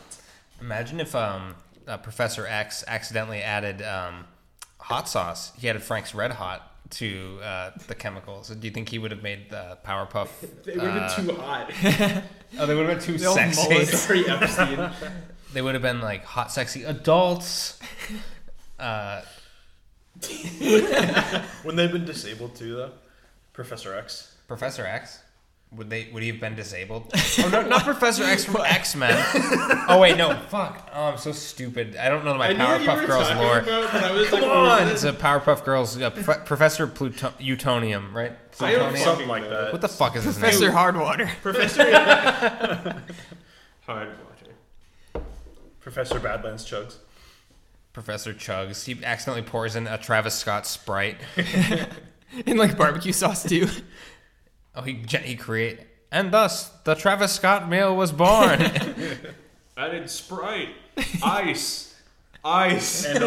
Speaker 2: Imagine if um, uh, Professor X accidentally added um, hot sauce. He added Frank's Red Hot to uh, the chemicals. Do you think he would have made the Powerpuff?
Speaker 5: They would have been too hot.
Speaker 2: Oh, they would have been too
Speaker 3: all
Speaker 2: sexy.
Speaker 3: mullet.
Speaker 5: Sorry, Epstein.
Speaker 2: They would have been like hot, sexy adults. Uh,
Speaker 6: When they've been disabled too, though. Professor X.
Speaker 2: Professor X. Would they? Would he have been disabled? Oh no, not Professor X from X Men. Oh wait, no, fuck. Oh, I'm so stupid. I don't know my
Speaker 5: I knew what you
Speaker 2: Powerpuff
Speaker 5: were
Speaker 2: Girls
Speaker 5: talking
Speaker 2: lore.
Speaker 5: about, but I was like,
Speaker 2: Come on,
Speaker 5: what
Speaker 2: it's
Speaker 5: is
Speaker 2: a Powerpuff Girls. Uh, Prof- Professor Pluto- Plutonium, right?
Speaker 5: I don't
Speaker 2: Plutonium?
Speaker 5: fucking
Speaker 6: Something like
Speaker 5: know.
Speaker 6: that.
Speaker 2: What the fuck is his name?
Speaker 3: Professor Hardwater.
Speaker 5: Hard water.
Speaker 6: Professor Badlands Chugs.
Speaker 2: Professor Chugs. He accidentally pours in a Travis Scott Sprite.
Speaker 3: and like barbecue sauce too.
Speaker 2: Oh, he gen- he create, and thus the Travis Scott meal was born.
Speaker 5: Added Sprite, ice, ice, and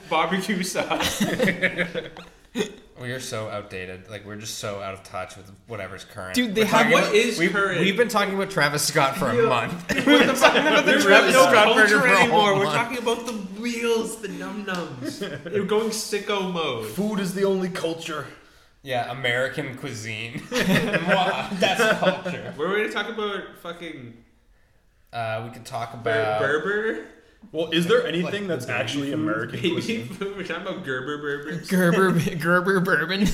Speaker 5: barbecue sauce.
Speaker 2: we are so outdated. Like we're just so out of touch with whatever's current.
Speaker 3: Dude, they
Speaker 2: We're
Speaker 3: have-
Speaker 2: talking
Speaker 3: what
Speaker 2: about-
Speaker 5: is
Speaker 2: we've,
Speaker 5: current?
Speaker 2: We've been talking about Travis Scott for a month.
Speaker 3: We're talking about the
Speaker 5: There is
Speaker 3: Travis
Speaker 5: no
Speaker 2: Scott burger
Speaker 5: culture
Speaker 2: for a whole
Speaker 5: anymore. We're
Speaker 2: month.
Speaker 5: talking about the wheels, the num nums. They're going sicko mode.
Speaker 6: Food is the only culture.
Speaker 2: yeah, American cuisine. Mwah, That's culture.
Speaker 5: We're going to talk about fucking
Speaker 2: Uh, we could talk
Speaker 5: Ber-
Speaker 2: about
Speaker 5: Berber.
Speaker 6: Well, is there anything
Speaker 2: Like
Speaker 6: that's actually American
Speaker 5: Baby
Speaker 6: cuisine?
Speaker 5: food. We're talking about Gerber Berbers.
Speaker 3: Gerber Gerber bourbon.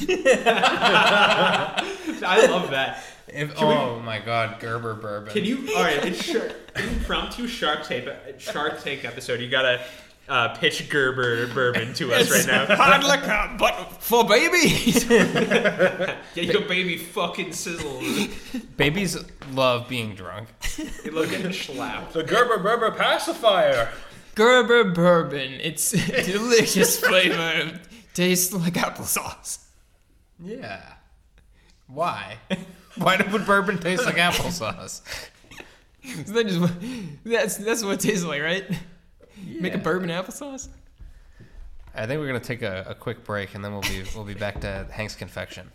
Speaker 5: I love that.
Speaker 2: If, oh my God, Gerber bourbon.
Speaker 5: Can you? All right, it's shark, impromptu Shark Tape Shark Tank episode. You gotta uh, pitch Gerber bourbon to us right now.
Speaker 3: Hard liquor, but for babies.
Speaker 5: Get your baby fucking sizzled.
Speaker 2: Babies love being drunk.
Speaker 5: You look at schlapped.
Speaker 6: The Gerber Berber pacifier.
Speaker 3: Gerber bourbon. It's a delicious flavor. Tastes like applesauce.
Speaker 2: Yeah. Why? Why do- would bourbon taste like applesauce?
Speaker 3: Isn't that just what, that's that's what it tastes like, right? Make a bourbon applesauce.
Speaker 2: I think we're gonna take a, a quick break and then we'll be we'll be back to Hank's confection.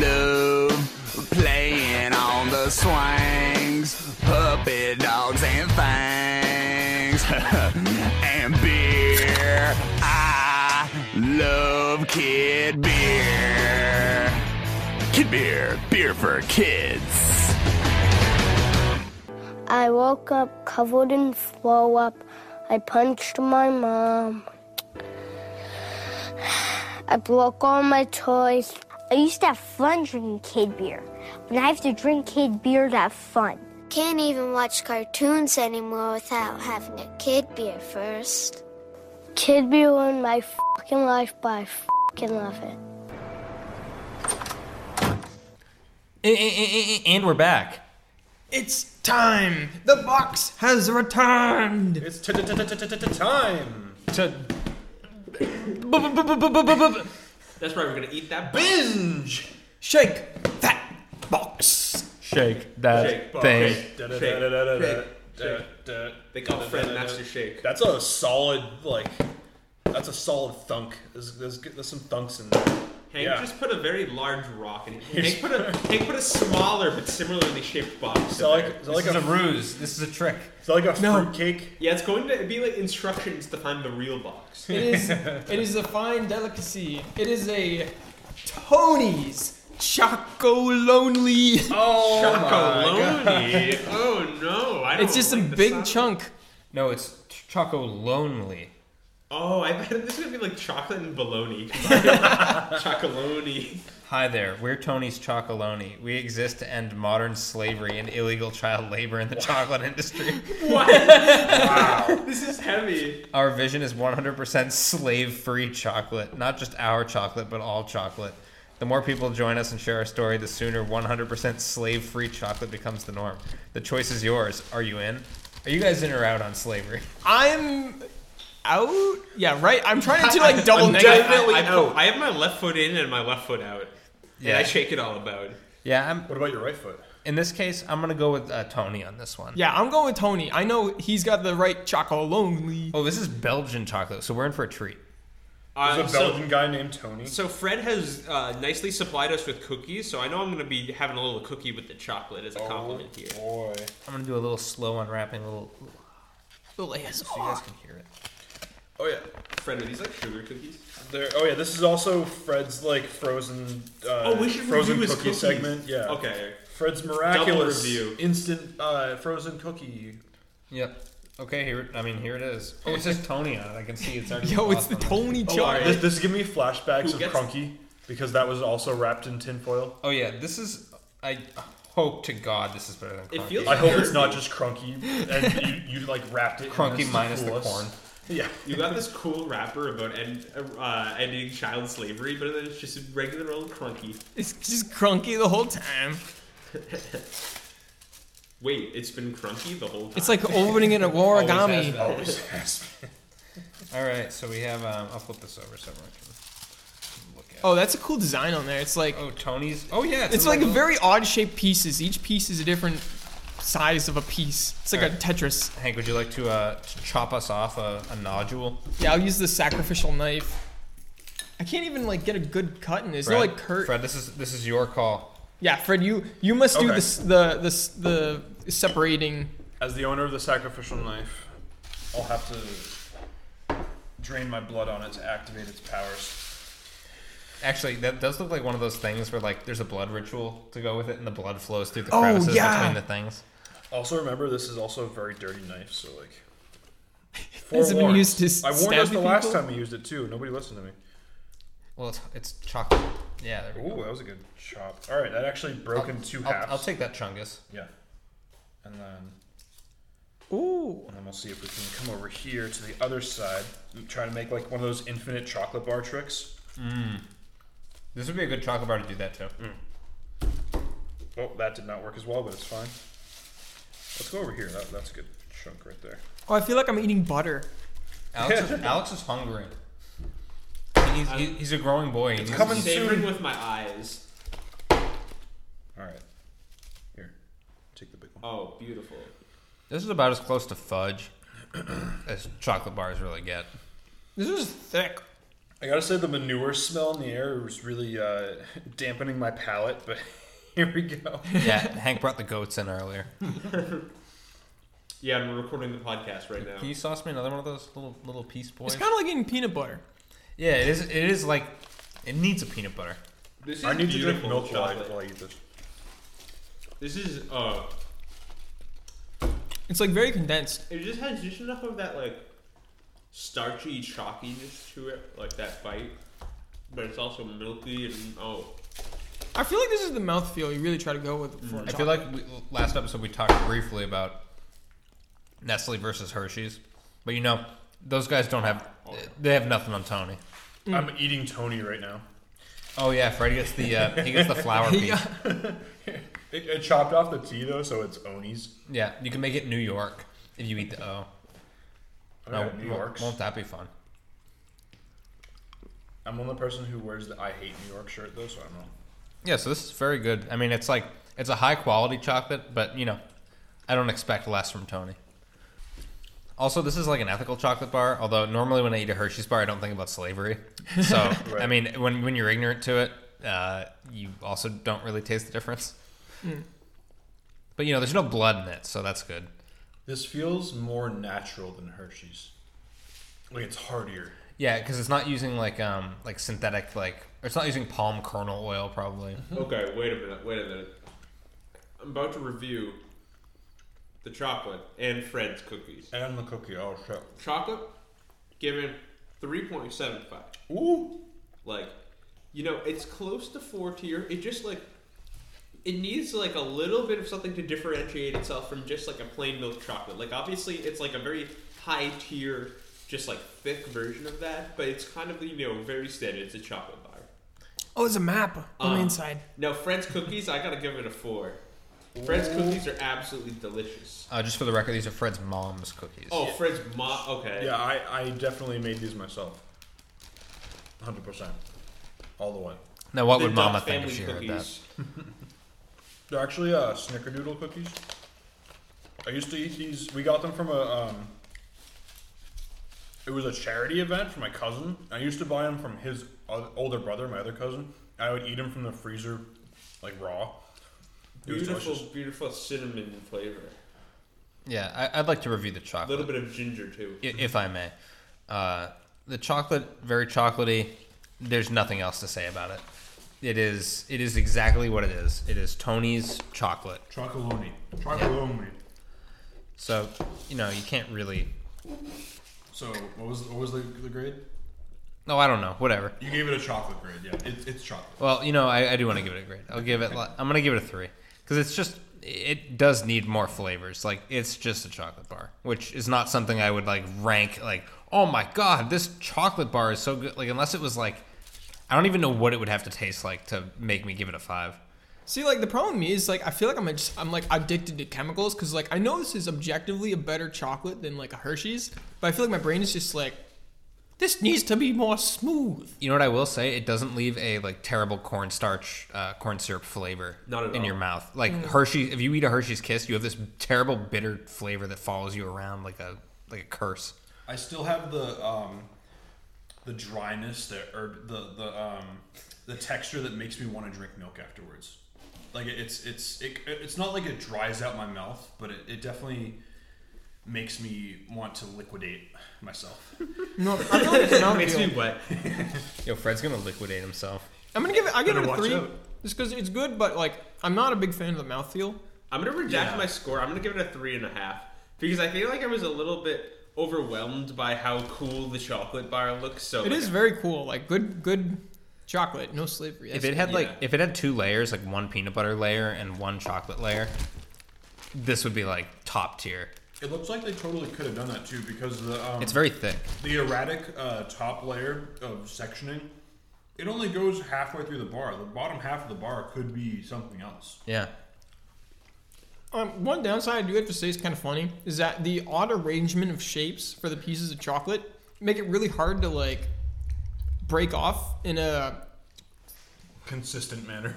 Speaker 7: love playing on the swings, puppet dogs and fangs, and beer. I love kid beer. Kid beer, beer for kids.
Speaker 8: I woke up covered in throw up. I punched my mom. I broke all my toys.
Speaker 9: I used to have fun drinking kid beer. When I have to drink kid beer to have fun.
Speaker 8: Can't even watch cartoons anymore without having a kid beer first. Kid beer ruined my fucking life, but I fucking love it.
Speaker 2: And, and- and we're back.
Speaker 3: It's time. The box has returned.
Speaker 6: It's t- t- t- t- t- t- time.
Speaker 2: To
Speaker 5: That's right. We're gonna eat that. Bitch.
Speaker 6: Binge.
Speaker 3: Shake that box.
Speaker 2: shake that
Speaker 5: Shake, box.
Speaker 2: thing.
Speaker 6: Da- da- da- da- da- da- da- da-
Speaker 5: They call Fred Master Shake.
Speaker 6: That's a solid like. That's a solid thunk. There's, there's, there's some thunks in there.
Speaker 5: Hank
Speaker 6: Yeah.
Speaker 5: just put a very large rock in. Hank put a Hank put a smaller but similarly shaped box.
Speaker 6: Is that like, is that like
Speaker 2: This
Speaker 6: a,
Speaker 2: is a ruse. This is a trick.
Speaker 6: is that like a
Speaker 3: No.
Speaker 6: fruitcake?
Speaker 5: Yeah, it's going to be like instructions to find the real box.
Speaker 3: It is. It is a fine delicacy. It is a Tony's Choco Lonely.
Speaker 6: Oh
Speaker 5: Chocolonely. oh no! I don't
Speaker 3: It's just a
Speaker 5: like the
Speaker 3: big
Speaker 5: sound.
Speaker 3: chunk.
Speaker 2: No, it's Choco Lonely.
Speaker 5: Oh, I bet this is gonna be like chocolate and bologna. Chocolonely.
Speaker 2: Hi there, we're Tony's Chocoloni. We exist to end modern slavery and illegal child labor in the chocolate industry.
Speaker 5: What? This is heavy.
Speaker 2: Our vision is 100% slave free chocolate, not just our chocolate, but all chocolate. The more people join us and share our story, the sooner 100% slave free chocolate becomes the norm. The choice is yours. Are you in? Are you guys in or out on slavery?
Speaker 3: I'm out. Yeah, right. I'm trying to like double negative.
Speaker 5: I, I, put- I have my left foot in and my left foot out. And I shake it all about.
Speaker 2: Yeah, I'm,
Speaker 6: What about your right foot?
Speaker 2: in this case, I'm going to go with uh, Tony on this one.
Speaker 3: Yeah, I'm going with Tony. I know he's got the right Choco Lonely.
Speaker 2: Oh, this is Belgian chocolate, so we're in for a treat.
Speaker 5: Uh,
Speaker 6: There's a
Speaker 5: so,
Speaker 6: Belgian guy named Tony.
Speaker 5: so Fred has uh, nicely supplied us with cookies, so I know I'm gonna be having a little cookie with the chocolate as a compliment
Speaker 6: Oh.
Speaker 5: here.
Speaker 6: Boy.
Speaker 2: I'm going to do a little slow unwrapping, a little. So
Speaker 3: Ah.
Speaker 2: you guys can hear it.
Speaker 6: Oh yeah.
Speaker 5: Fred, are these like sugar cookies?
Speaker 6: There. Oh yeah. This is also Fred's like frozen. Uh,
Speaker 5: Oh, we should
Speaker 6: frozen
Speaker 5: review his
Speaker 6: cookie
Speaker 5: cookies.
Speaker 6: segment. Yeah.
Speaker 5: Okay.
Speaker 6: Fred's miraculous
Speaker 5: review.
Speaker 6: instant uh, frozen cookie.
Speaker 2: Yep. Okay, here. it- I mean, here it is. Oh, it says Tony on it. I can see it's already.
Speaker 3: Yo, it's
Speaker 2: glossed
Speaker 3: the
Speaker 2: on there.
Speaker 3: Tony
Speaker 5: Oh,
Speaker 3: Choco.
Speaker 5: alright.
Speaker 6: This, this is giving me flashbacks
Speaker 5: Who
Speaker 6: of
Speaker 5: gets-
Speaker 6: Crunky because that was also wrapped in tinfoil.
Speaker 2: Oh yeah, this is. I hope to God this is better than.
Speaker 5: It
Speaker 2: Crunky.
Speaker 5: feels-
Speaker 6: I hope it's not just Crunky and you, you like wrapped it. in
Speaker 2: Crunky
Speaker 6: this to
Speaker 2: minus the
Speaker 6: fool us.
Speaker 2: corn.
Speaker 6: Yeah.
Speaker 5: You got this cool rapper about end, uh, ending child slavery, but then it's just a regular old crunky.
Speaker 3: It's just crunky the whole time.
Speaker 5: Wait, it's been crunky the whole time.
Speaker 3: It's like opening an origami.
Speaker 6: Always has been.
Speaker 2: All right, so we have. Um, I'll flip this over so everyone can look at.
Speaker 3: Oh, that's a cool design on there. It's like
Speaker 2: Oh, Tony's. Oh yeah,
Speaker 3: it's like very odd shaped pieces. Each piece is a different size of a piece. It's like a
Speaker 2: Alright.
Speaker 3: Tetris.
Speaker 2: Hank, would you like to uh, to chop us off a, a nodule?
Speaker 3: Yeah, I'll use the sacrificial knife. I can't even like get a good cut in. There's no like curt.
Speaker 2: Fred, this is this is your call.
Speaker 3: Yeah, Fred, you you must do
Speaker 6: Okay.
Speaker 3: this the this the separating.
Speaker 6: As the owner of the sacrificial knife, I'll have to drain my blood on it to activate its powers.
Speaker 2: Actually, that does look like one of those things where like there's a blood ritual to go with it, and the blood flows through the
Speaker 3: Oh,
Speaker 2: crevices
Speaker 3: yeah.
Speaker 2: between the things.
Speaker 6: Also, remember this is also a very dirty knife, so like.
Speaker 3: Has it been
Speaker 6: forewarned.
Speaker 3: used to s-
Speaker 6: I warned
Speaker 3: stab
Speaker 6: us the
Speaker 3: people?
Speaker 6: last time we used it too. Nobody listened to me.
Speaker 2: Well, it's, it's chocolate. Yeah, there we go.
Speaker 6: Ooh, that was a good chop. All right, that actually broke in two
Speaker 2: I'll,
Speaker 6: halves.
Speaker 2: I'll take that chungus.
Speaker 6: yeah, and then
Speaker 3: Ooh,
Speaker 6: and then we'll see if we can come over here to the other side. and Try to make like one of those infinite chocolate bar tricks.
Speaker 2: This would be a good chocolate bar to do that too.
Speaker 6: Oh, that did not work as well, but it's fine. Let's go over here. That, that's a good chunk right there.
Speaker 3: oh, I feel like I'm eating butter.
Speaker 2: Alex, is, Alex is hungry. He's, he- he's a growing boy. He needs-
Speaker 6: Coming
Speaker 5: savoring
Speaker 6: soon.
Speaker 5: with my eyes.
Speaker 6: All right, here, take the big one.
Speaker 5: Oh, beautiful.
Speaker 2: This is about as close to fudge as chocolate bars really get.
Speaker 3: This is thick.
Speaker 6: I gotta say the manure smell in the air was really uh, dampening my palate, but here we go.
Speaker 2: Yeah, Hank brought the goats in earlier.
Speaker 5: Yeah, and we're recording the podcast right now.
Speaker 2: Can you sauce me another one of those little little piece boys?
Speaker 3: It's kind of like eating peanut butter.
Speaker 2: yeah, it is. It is like it needs a peanut butter.
Speaker 5: This is
Speaker 6: I need to drink
Speaker 5: beautiful
Speaker 6: milk while I,
Speaker 5: chocolate.
Speaker 6: while I eat this.
Speaker 5: This is uh,
Speaker 3: It's like very condensed.
Speaker 5: it just has just enough of that like starchy chalkiness to it, like that bite, but it's also milky and oh,
Speaker 3: I feel like this is the mouthfeel you really try to go with. For
Speaker 2: Mm. I feel like we, last episode we talked briefly about Nestle versus Hershey's, but you know those guys don't have they have nothing on Tony.
Speaker 6: I'm eating Tony right now.
Speaker 2: Oh yeah, Fred gets the uh, he gets the flour piece.
Speaker 3: got-
Speaker 6: It, it chopped off the T though, so it's Oni's.
Speaker 2: Yeah, you can make it New York if you eat the O.
Speaker 6: Oh,
Speaker 2: Oh,
Speaker 6: New York's.
Speaker 2: Won't that be fun?
Speaker 6: I'm only person who wears the I hate New York shirt though, so I don't know.
Speaker 2: Yeah, so this is very good. I mean, it's like it's a high quality chocolate, but you know, I don't expect less from Tony. Also, this is like an ethical chocolate bar. Although normally when I eat a Hershey's bar, I don't think about slavery. So I mean, when when you're ignorant to it, uh, you also don't really taste the difference. But you know, there's no blood in it, so that's good.
Speaker 6: This feels more natural than Hershey's. Like it's heartier.
Speaker 2: Yeah, because it's not using like um like synthetic like or it's not using palm kernel oil probably.
Speaker 5: okay. Wait a minute. Wait a minute. I'm about to review the chocolate and Fred's cookies.
Speaker 6: And the cookie, oh shit.
Speaker 5: Chocolate, given three point seven five.
Speaker 6: Ooh.
Speaker 5: Like, you know, it's close to four tier. It just like it needs like a little bit of something to differentiate itself from just like a plain milk chocolate. Like obviously it's like a very high tier, just like thick version of that, but it's kind of you know very standard. It's a chocolate bar.
Speaker 3: oh, it's a map on
Speaker 5: Um,
Speaker 3: the inside.
Speaker 5: Now Fred's cookies, I gotta give it a four. Fred's cookies are absolutely delicious.
Speaker 2: Uh, just for the record, these are Fred's mom's cookies.
Speaker 5: Oh, Fred's ma. Okay.
Speaker 6: Yeah, I, I definitely made these myself. 100%. All the way.
Speaker 2: Now, what
Speaker 5: The
Speaker 2: would Mama
Speaker 5: Duff
Speaker 2: think if
Speaker 5: family
Speaker 2: she heard that?
Speaker 5: cookies.
Speaker 6: They're actually uh, snickerdoodle cookies. I used to eat these. We got them from a. Um, it was a charity event for my cousin. I used to buy them from his o- older brother, my other cousin. I would eat them from the freezer, like raw. It was
Speaker 5: Beautiful,
Speaker 6: delicious.
Speaker 5: beautiful cinnamon flavor.
Speaker 2: Yeah, I, I'd like to review the
Speaker 5: A
Speaker 2: chocolate.
Speaker 5: little bit of ginger too.
Speaker 2: i- if I may. Uh, the chocolate, very chocolatey. There's nothing else to say about it. It is it is exactly what it is. It is Tony's chocolate.
Speaker 6: Chocolonely. Chocolonely.
Speaker 2: So you know you can't really.
Speaker 6: So what was what was the, the grade?
Speaker 2: No, oh, I don't know. Whatever.
Speaker 6: You gave it a chocolate grade. Yeah, it, it's chocolate.
Speaker 2: Well, you know, I, I do want to give it a grade. I'll give it. li- I'm gonna give it a three because it's just it does need more flavors. Like it's just a chocolate bar, which is not something I would like rank like. oh my god, this chocolate bar is so good. Like unless it was like, I don't even know what it would have to taste like to make me give it a five.
Speaker 3: See, like the problem is, like I feel like I'm just, I'm like addicted to chemicals because like I know this is objectively a better chocolate than like a Hershey's, but I feel like my brain is just like, this needs to be more smooth.
Speaker 2: You know what I will say? It doesn't leave a like terrible cornstarch, uh, corn syrup flavor
Speaker 5: Not at
Speaker 2: in
Speaker 5: all.
Speaker 2: your mouth. Like Hershey, if you eat a Hershey's Kiss, you have this terrible bitter flavor that follows you around like a like a curse.
Speaker 6: I still have the um, the dryness that or the the um, the texture that makes me want to drink milk afterwards. Like it- it's it's it, it's not like it dries out my mouth, but it, it definitely makes me want to liquidate myself.
Speaker 3: No, I feel like it's not
Speaker 5: Makes
Speaker 3: real.
Speaker 5: me wet.
Speaker 2: Yo, Fred's gonna liquidate himself.
Speaker 3: I'm gonna give it, I give
Speaker 4: Better
Speaker 3: it a
Speaker 4: watch
Speaker 3: three,
Speaker 4: out.
Speaker 3: just because it's good, but like I'm not a big fan of the mouthfeel.
Speaker 5: I'm gonna redact my score. I'm gonna give it a three and a half because I feel like I was a little bit overwhelmed by how cool the chocolate bar looks. So
Speaker 3: It is very cool, like good, good chocolate, no slavery.
Speaker 2: If it had like
Speaker 5: Yeah.
Speaker 2: if it had two layers, like one peanut butter layer and one chocolate layer, this would be like top tier.
Speaker 6: It looks like they totally could have done that too because the um,
Speaker 2: It's very thick.
Speaker 6: the erratic uh, top layer of sectioning. It only goes halfway through the bar. The bottom half of the bar could be something else.
Speaker 2: Yeah.
Speaker 3: Um, one downside I do have to say is kind of funny is that the odd arrangement of shapes for the pieces of chocolate make it really hard to like break off in a.
Speaker 6: Consistent manner.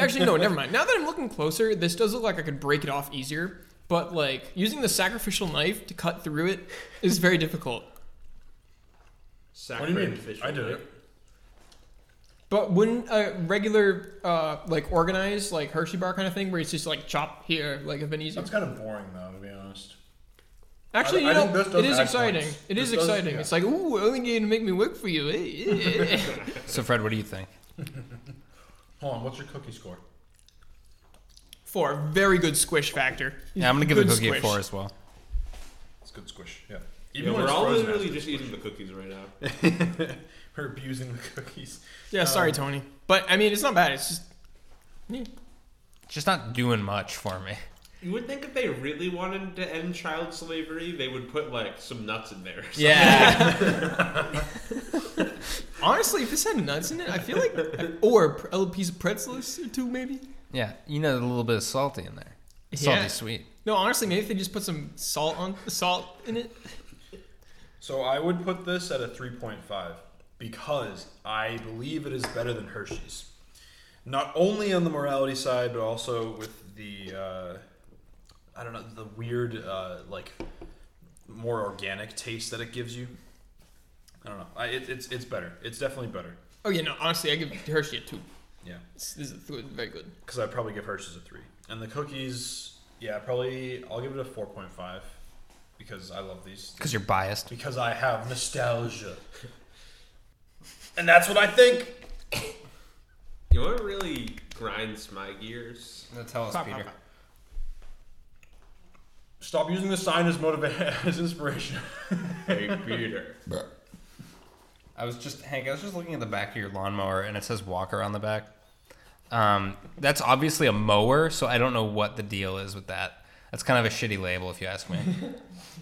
Speaker 3: Actually, no, never mind. Now that I'm looking closer, this does look like I could break it off easier. But like using the sacrificial knife to cut through it is very difficult.
Speaker 5: Saccharine fish.
Speaker 6: I did it.
Speaker 3: But wouldn't a regular uh, like organized like Hershey bar kind of thing where it's just like chop here like have been easier?
Speaker 6: That's kind of boring though, to be honest.
Speaker 3: Actually,
Speaker 6: I-
Speaker 3: you
Speaker 6: I
Speaker 3: know,
Speaker 6: think this does
Speaker 3: it is
Speaker 6: add
Speaker 3: exciting.
Speaker 6: points.
Speaker 3: It
Speaker 6: This
Speaker 3: is
Speaker 6: does-
Speaker 3: exciting.
Speaker 6: yeah.
Speaker 3: It's like, ooh, only going to make me work for you. eh, eh, eh.
Speaker 2: So Fred, what do you think?
Speaker 6: Hold on, what's your cookie score?
Speaker 3: for a very good squish factor.
Speaker 2: Yeah, I'm gonna give it a
Speaker 3: Good
Speaker 2: cookie a
Speaker 3: squish.
Speaker 2: four as well.
Speaker 6: It's good squish. Yeah.
Speaker 5: Yeah,
Speaker 6: Even when
Speaker 5: we're
Speaker 6: it's
Speaker 5: all
Speaker 6: frozen,
Speaker 5: literally just eating the cookies right now.
Speaker 6: we're abusing the cookies.
Speaker 3: Yeah, sorry, Tony. But I mean, it's not bad. It's just
Speaker 2: It's just not doing much for me.
Speaker 5: you would think if they really wanted to end child slavery, they would put like some nuts in there.
Speaker 2: Yeah.
Speaker 3: honestly, if this had nuts in it, I feel like, or a pr- a little piece of pretzels or two, maybe.
Speaker 2: yeah. You know, a little bit of salty in there. Salty
Speaker 3: Yeah.
Speaker 2: sweet.
Speaker 3: No, honestly, maybe if they just put some salt on salt in it.
Speaker 6: So I would put this at a 3.5 because I believe it is better than Hershey's. Not only on the morality side, but also with the, uh, I don't know, the weird, uh, like, more organic taste that it gives you. I don't know. I, it, it's, it's better. It's definitely better.
Speaker 3: Oh yeah, no, honestly, I give Hershey a two.
Speaker 6: Yeah.
Speaker 3: This this is good, very good.
Speaker 6: because I'd probably give Hershey's a three. And the cookies, yeah, probably I'll give it a four point five because I love these.
Speaker 2: Because you're biased.
Speaker 6: Because I have nostalgia, and that's what I think.
Speaker 5: You know what really grinds my gears?
Speaker 2: Tell us, Peter.
Speaker 6: Stop using the sign as motivation as inspiration.
Speaker 5: Hey, Peter.
Speaker 2: I was just Hank. I was just looking at the back of your lawnmower, and it says Walker on the back. Um, that's obviously a mower, so I don't know what the deal is with that. That's kind of a shitty label, if you ask me.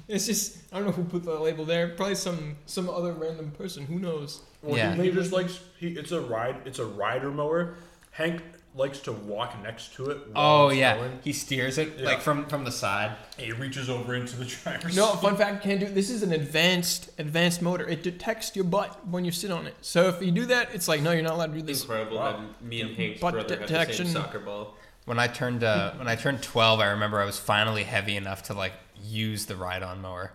Speaker 3: It's just I don't know who put the label there. Probably some some other random person. Who knows?
Speaker 6: Well,
Speaker 2: Yeah.
Speaker 6: he, he just likes. He, it's a ride. It's a rider mower. Hank likes to walk next to it. while
Speaker 2: oh
Speaker 6: it's
Speaker 2: yeah,
Speaker 6: going.
Speaker 2: he steers it
Speaker 6: Yeah.
Speaker 2: like from from the side.
Speaker 6: He reaches over into the driver's.
Speaker 3: No, fun fact, can't do. This is an advanced, advanced motor. It detects your butt when you sit on it. So if you do that, it's like, no, you're not allowed to do this.
Speaker 5: Incredible that me and Hank's
Speaker 3: Butt
Speaker 5: brother have the
Speaker 3: detection.
Speaker 5: same soccer ball.
Speaker 2: When I turned uh, when I turned twelve, I remember I was finally heavy enough to like use the ride-on mower,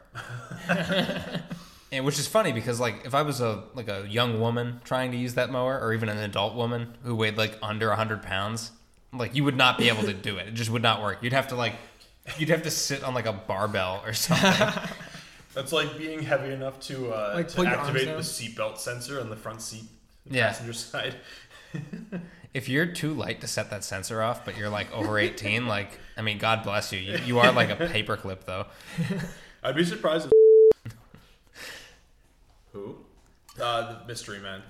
Speaker 2: and which is funny because like if I was a like a young woman trying to use that mower, or even an adult woman who weighed like under hundred pounds, like you would not be able to do it. It just would not work. You'd have to like you'd have to sit on like a barbell or something.
Speaker 6: That's like being heavy enough to uh,
Speaker 3: Like,
Speaker 6: to
Speaker 3: put your arms
Speaker 6: activate the
Speaker 3: down.
Speaker 6: seatbelt sensor on the front seat, the
Speaker 2: Yeah.
Speaker 6: passenger side.
Speaker 2: if you're too light to set that sensor off, but you're like over eighteen, like I mean, God bless you. You, you are like a paperclip though.
Speaker 6: I'd be surprised if
Speaker 5: Who?
Speaker 6: uh, the mystery man.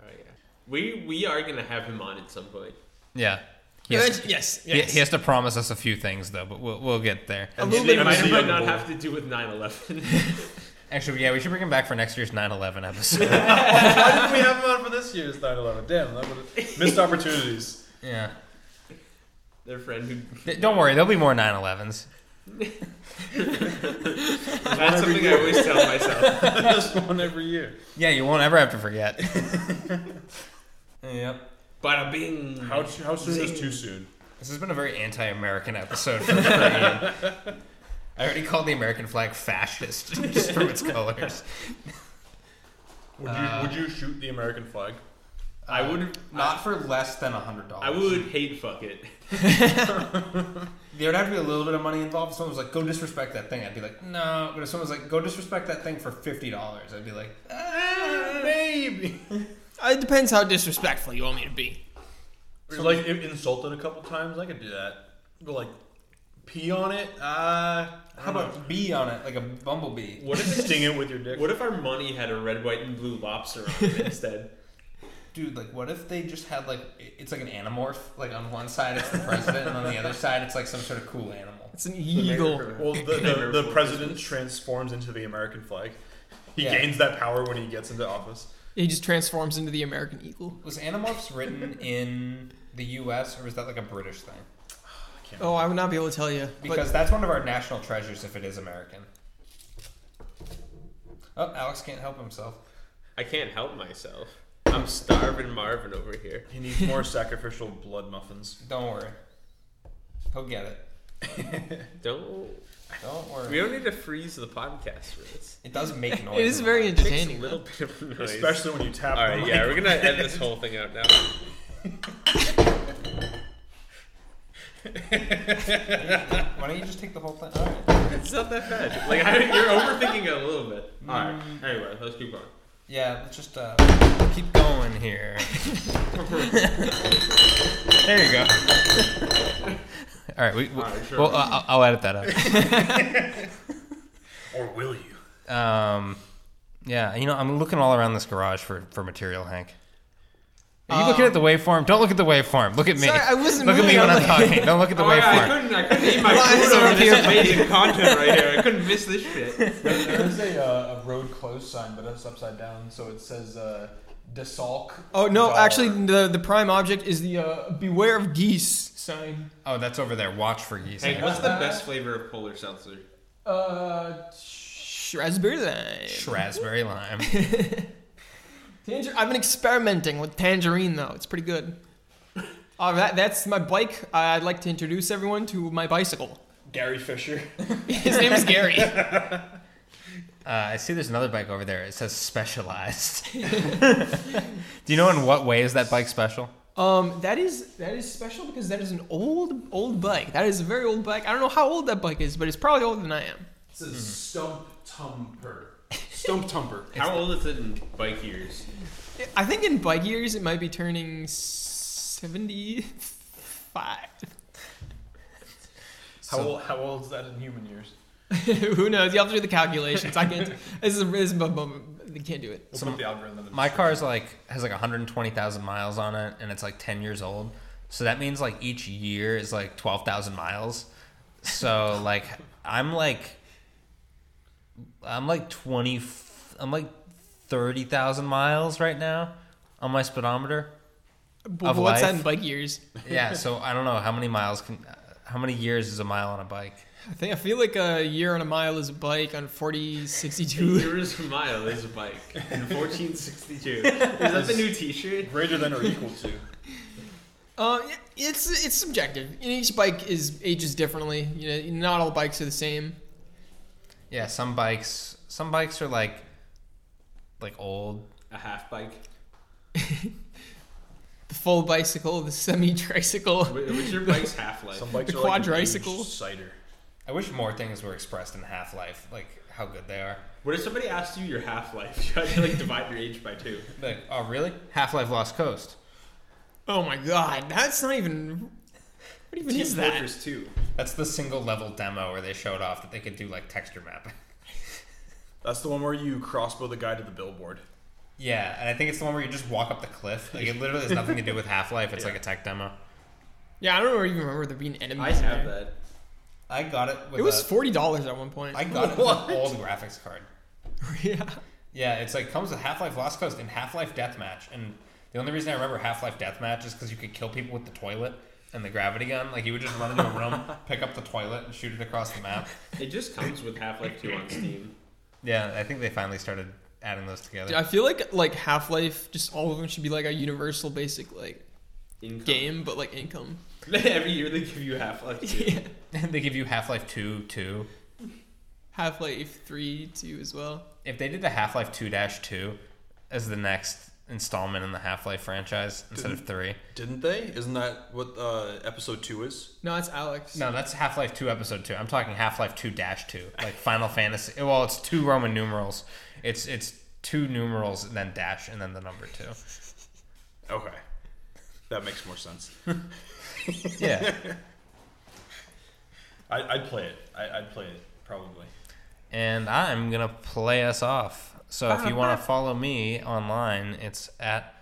Speaker 5: Oh yeah. We we are gonna have him on at some point.
Speaker 2: Yeah. He has-
Speaker 3: Yes, yes,
Speaker 2: He-
Speaker 3: yes.
Speaker 2: He has to promise us a few things though, but we'll, we'll get there.
Speaker 3: A little
Speaker 5: It
Speaker 3: bit
Speaker 5: might or
Speaker 3: of
Speaker 5: might not have to do with 9-11.
Speaker 2: Actually, yeah, we should bring him back for next year's 9/11 episode.
Speaker 6: Why did we have him on for this year's 9/11? Damn, that would missed opportunities.
Speaker 2: yeah.
Speaker 5: Their friend who.
Speaker 2: Th- Don't worry, there'll be more 9/11s.
Speaker 5: That's something I always tell myself.
Speaker 6: Just one every year.
Speaker 2: Yeah, you won't ever have to forget. yep.
Speaker 5: Bada bing.
Speaker 6: How how soon is too soon?
Speaker 2: This has been a very anti-American episode for me. I already called the American flag fascist just for its colors.
Speaker 6: Would you would you shoot the American flag?
Speaker 5: Uh, I would
Speaker 2: Not for less than hundred dollars.
Speaker 5: I would hate fuck it.
Speaker 2: There would have to be a little bit of money involved. If someone was like, "Go disrespect that thing," I'd be like, "No." But if someone was like, "Go disrespect that thing for fifty dollars," I'd be like, "Ah,
Speaker 6: Maybe.
Speaker 3: Uh, It depends how disrespectful you want me to be.
Speaker 6: So like if insulted a couple times, I could do that. But like pee on it. Uh,
Speaker 2: "How about a bee on it, like a bumblebee?"
Speaker 5: What if
Speaker 6: sting it with your dick?
Speaker 5: What if our money had a red, white, and blue lobster on it instead?
Speaker 2: Dude, like, what if they just had like it- it's like an anamorph? Like on one side it's the president, and on the other side it's like some sort of cool animal.
Speaker 3: It's an eagle.
Speaker 6: Well, the, the, the president transforms into the American flag. He
Speaker 2: Yeah.
Speaker 6: gains that power when he gets into office.
Speaker 3: He just transforms into the American eagle.
Speaker 2: Was anamorphs written in the U.S. or was that like a British thing?
Speaker 3: Oh, I would not be able to tell you.
Speaker 2: Because that's one of our national treasures if it is American. Oh, Alex can't help himself.
Speaker 5: I can't help myself. I'm starving Marvin over here.
Speaker 6: He needs more sacrificial blood muffins.
Speaker 2: Don't worry. He'll get it.
Speaker 5: Don't.
Speaker 2: Don't
Speaker 5: We
Speaker 2: worry.
Speaker 5: don't need to freeze the podcast for this.
Speaker 2: It does make noise.
Speaker 3: But it is very
Speaker 5: It's a
Speaker 3: entertaining.
Speaker 5: little bit of noise.
Speaker 6: Especially when you tap
Speaker 5: All
Speaker 6: the
Speaker 5: right,
Speaker 6: mic.
Speaker 5: yeah, we're gonna end this whole thing out now.
Speaker 2: Why don't you just take the whole thing? All right.
Speaker 5: It's not that bad. Like I, you're overthinking it a little bit. All right. Anyway, let's keep going.
Speaker 2: Yeah, let's just uh, keep going here. there you go. All right. We, we,
Speaker 5: right, sure.
Speaker 2: Well, uh, I'll I'll edit that up.
Speaker 6: Or will you?
Speaker 2: Um, yeah, you know, I'm looking all around this garage for, for material, Hank. Are you looking at the waveform? Don't look at the waveform. Look at me.
Speaker 3: Um, Sorry, I wasn't
Speaker 2: look at me
Speaker 3: moving.
Speaker 2: when
Speaker 3: I'm
Speaker 2: I'm
Speaker 3: like-
Speaker 2: talking. Don't look at the
Speaker 5: Oh my god, I
Speaker 2: waveform.
Speaker 5: couldn't, I couldn't eat my
Speaker 3: Lies
Speaker 5: food over
Speaker 3: over
Speaker 5: this
Speaker 3: here.
Speaker 5: amazing content right here. I couldn't miss this shit.
Speaker 6: There is a, uh, a road closed sign, but it's upside down, so it says uh, Desalk.
Speaker 3: Oh no!
Speaker 6: dollar.
Speaker 3: Actually, the the prime object is the uh, "Beware of Geese" sign.
Speaker 2: Oh, that's over there. Watch for geese.
Speaker 5: Hank,
Speaker 2: Hank.
Speaker 5: what's the best flavor of polar seltzer?
Speaker 3: Uh, sh- raspberry lime.
Speaker 2: Raspberry lime.
Speaker 3: Tanger- I've been experimenting with tangerine though. It's pretty good. Uh, that, that's my bike. I- I'd like to introduce everyone to my bicycle.
Speaker 6: Gary Fisher.
Speaker 3: His name is Gary.
Speaker 2: Uh, I see there's another bike over there. It says specialized. Do you know in what way is that bike special?
Speaker 3: Um, that is that is special because that is an old old bike. That is a very old bike. I don't know how old that bike is, but it's probably older than I am.
Speaker 6: It says Stump Tumper. Stump Tumper.
Speaker 5: How old is it in bike years?
Speaker 3: I think in bike years it might be turning seventy-five.
Speaker 6: How old, how old is that in human years?
Speaker 3: Who knows? You have to do the calculations. I can't. This is this is bu- bu- they can't do it.
Speaker 6: We'll put the algorithm in the
Speaker 2: My car's like has like 120,000 miles on it, and it's like 10 years old. So that means like each year is like 12,000 miles. So like I'm like I'm like 20. f- I'm like 30,000 miles right now on my speedometer.
Speaker 3: But
Speaker 2: Of
Speaker 3: what's that
Speaker 2: life?
Speaker 3: in bike years?
Speaker 2: Yeah. So I don't know how many miles can. How many years is a mile on a bike?
Speaker 3: I think I feel like a year on a mile is a bike on 40, 62.
Speaker 5: Here is a mile is a bike in 1462. Is that the new T-shirt?
Speaker 6: Greater than or equal to.
Speaker 3: Uh, yeah, it's it's subjective. And Each bike is ages differently. You know, not all bikes are the same.
Speaker 2: Yeah. Some bikes. Some bikes are like like old.
Speaker 5: A half bike.
Speaker 3: The full bicycle, the semi tricycle.
Speaker 5: Wh- Which your bike's half life?
Speaker 6: Some bikes
Speaker 3: The
Speaker 6: are like
Speaker 3: quadricycle.
Speaker 6: aged cider.
Speaker 2: I wish more things were expressed in half life, like how good they are.
Speaker 5: What if somebody asked you your half life? You had to like divide your age by two.
Speaker 2: Like, oh really? Half Life Lost Coast.
Speaker 3: Oh my god, that's not even. What even is
Speaker 5: Team
Speaker 3: that?
Speaker 5: Fortress 2.
Speaker 2: That's the single level demo where they showed off that they could do like texture mapping.
Speaker 6: That's the one where you crossbow the guy to the billboard.
Speaker 2: Yeah, and I think it's the one where you just walk up the cliff. Like it literally has nothing to do with Half Life. It's like a tech demo.
Speaker 3: Yeah, I don't even remember there being enemies.
Speaker 5: I
Speaker 3: in
Speaker 5: have
Speaker 3: there.
Speaker 5: that.
Speaker 2: I got it. With
Speaker 3: It was forty dollars at one point.
Speaker 2: I got it with an old graphics card.
Speaker 3: yeah.
Speaker 2: Yeah, it's like comes with Half Life Lost Coast and Half Life Deathmatch. And the only reason I remember Half Life Deathmatch is because you could kill people with the toilet and the gravity gun. Like you would just run into a room, pick up the toilet, and shoot it across the map.
Speaker 5: It just comes with Half Life 2 on Steam.
Speaker 2: Yeah, I think they finally started adding those
Speaker 3: Dude, I
Speaker 2: together.
Speaker 3: feel like like Half Life, just all of them should be like a universal basic like
Speaker 5: Income.
Speaker 3: game, but like income.
Speaker 5: Every year they give you Half Life 2.
Speaker 3: Yeah.
Speaker 2: they give you Half Life Two Two.
Speaker 3: Half Life Three, Two as well.
Speaker 2: If they did the Half Life Two Dash Two as the next installment in the Half Life franchise instead of three,
Speaker 6: Didn't they? Isn't that what uh, episode two is?
Speaker 3: No, it's Alex.
Speaker 2: no, that's Half Life Two Episode Two. I'm talking Half Life Two Dash Two, like Final Fantasy. Well, it's two Roman numerals. It's it's two numerals and then dash and then the number two.
Speaker 6: Okay, that makes more sense.
Speaker 2: Yeah.
Speaker 6: I, I'd play it. I, I'd play it probably.
Speaker 2: and I'm gonna play us off. So if you want to follow me online, it's at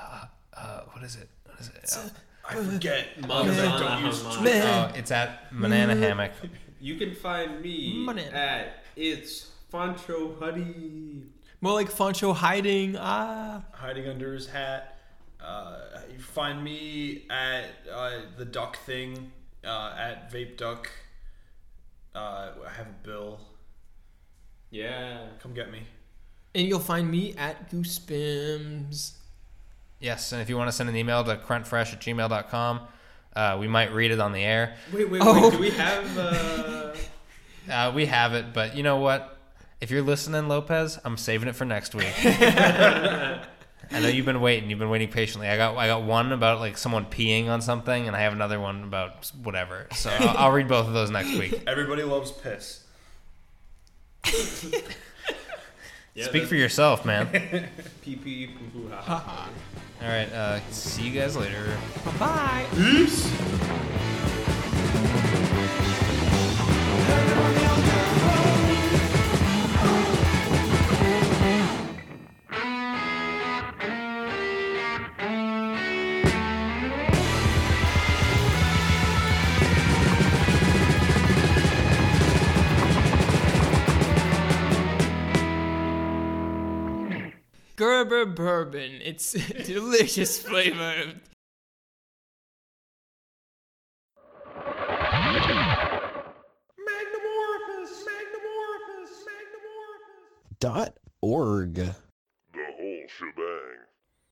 Speaker 2: uh, uh, what is it? What is it? Oh,
Speaker 6: I forget.
Speaker 5: Mums on a Hummer.
Speaker 2: Oh, it's at banana hammock.
Speaker 5: You can find me
Speaker 3: Money.
Speaker 5: at it's Foncho Huddy.
Speaker 3: More like Foncho hiding. Ah,
Speaker 6: hiding under his hat. Uh, you find me at uh, the duck thing uh, at vape duck. Uh, I have a bill.
Speaker 5: Yeah.
Speaker 6: Come get me.
Speaker 3: and you'll find me at Goosebims.
Speaker 2: Yes, and if you want to send an email to crentfresh at gmail.com, uh, we might read it on the air.
Speaker 5: Wait, wait, wait.
Speaker 3: Oh.
Speaker 5: Do we have? Uh...
Speaker 2: Uh, we have it, but you know what? If you're listening, Lopez, I'm saving it for next week. I know you've been waiting. You've been waiting patiently. I got I got one about like someone peeing on something, and I have another one about whatever. So I'll, I'll read both of those next week.
Speaker 6: Everybody loves piss.
Speaker 5: Yeah,
Speaker 2: Speak for yourself, man.
Speaker 5: pee pee poo poo ha ha.
Speaker 2: All right. Uh, see you guys later.
Speaker 3: Bye. Gerber bourbon. It's delicious flavor.
Speaker 10: Dot org.
Speaker 7: The whole shebang.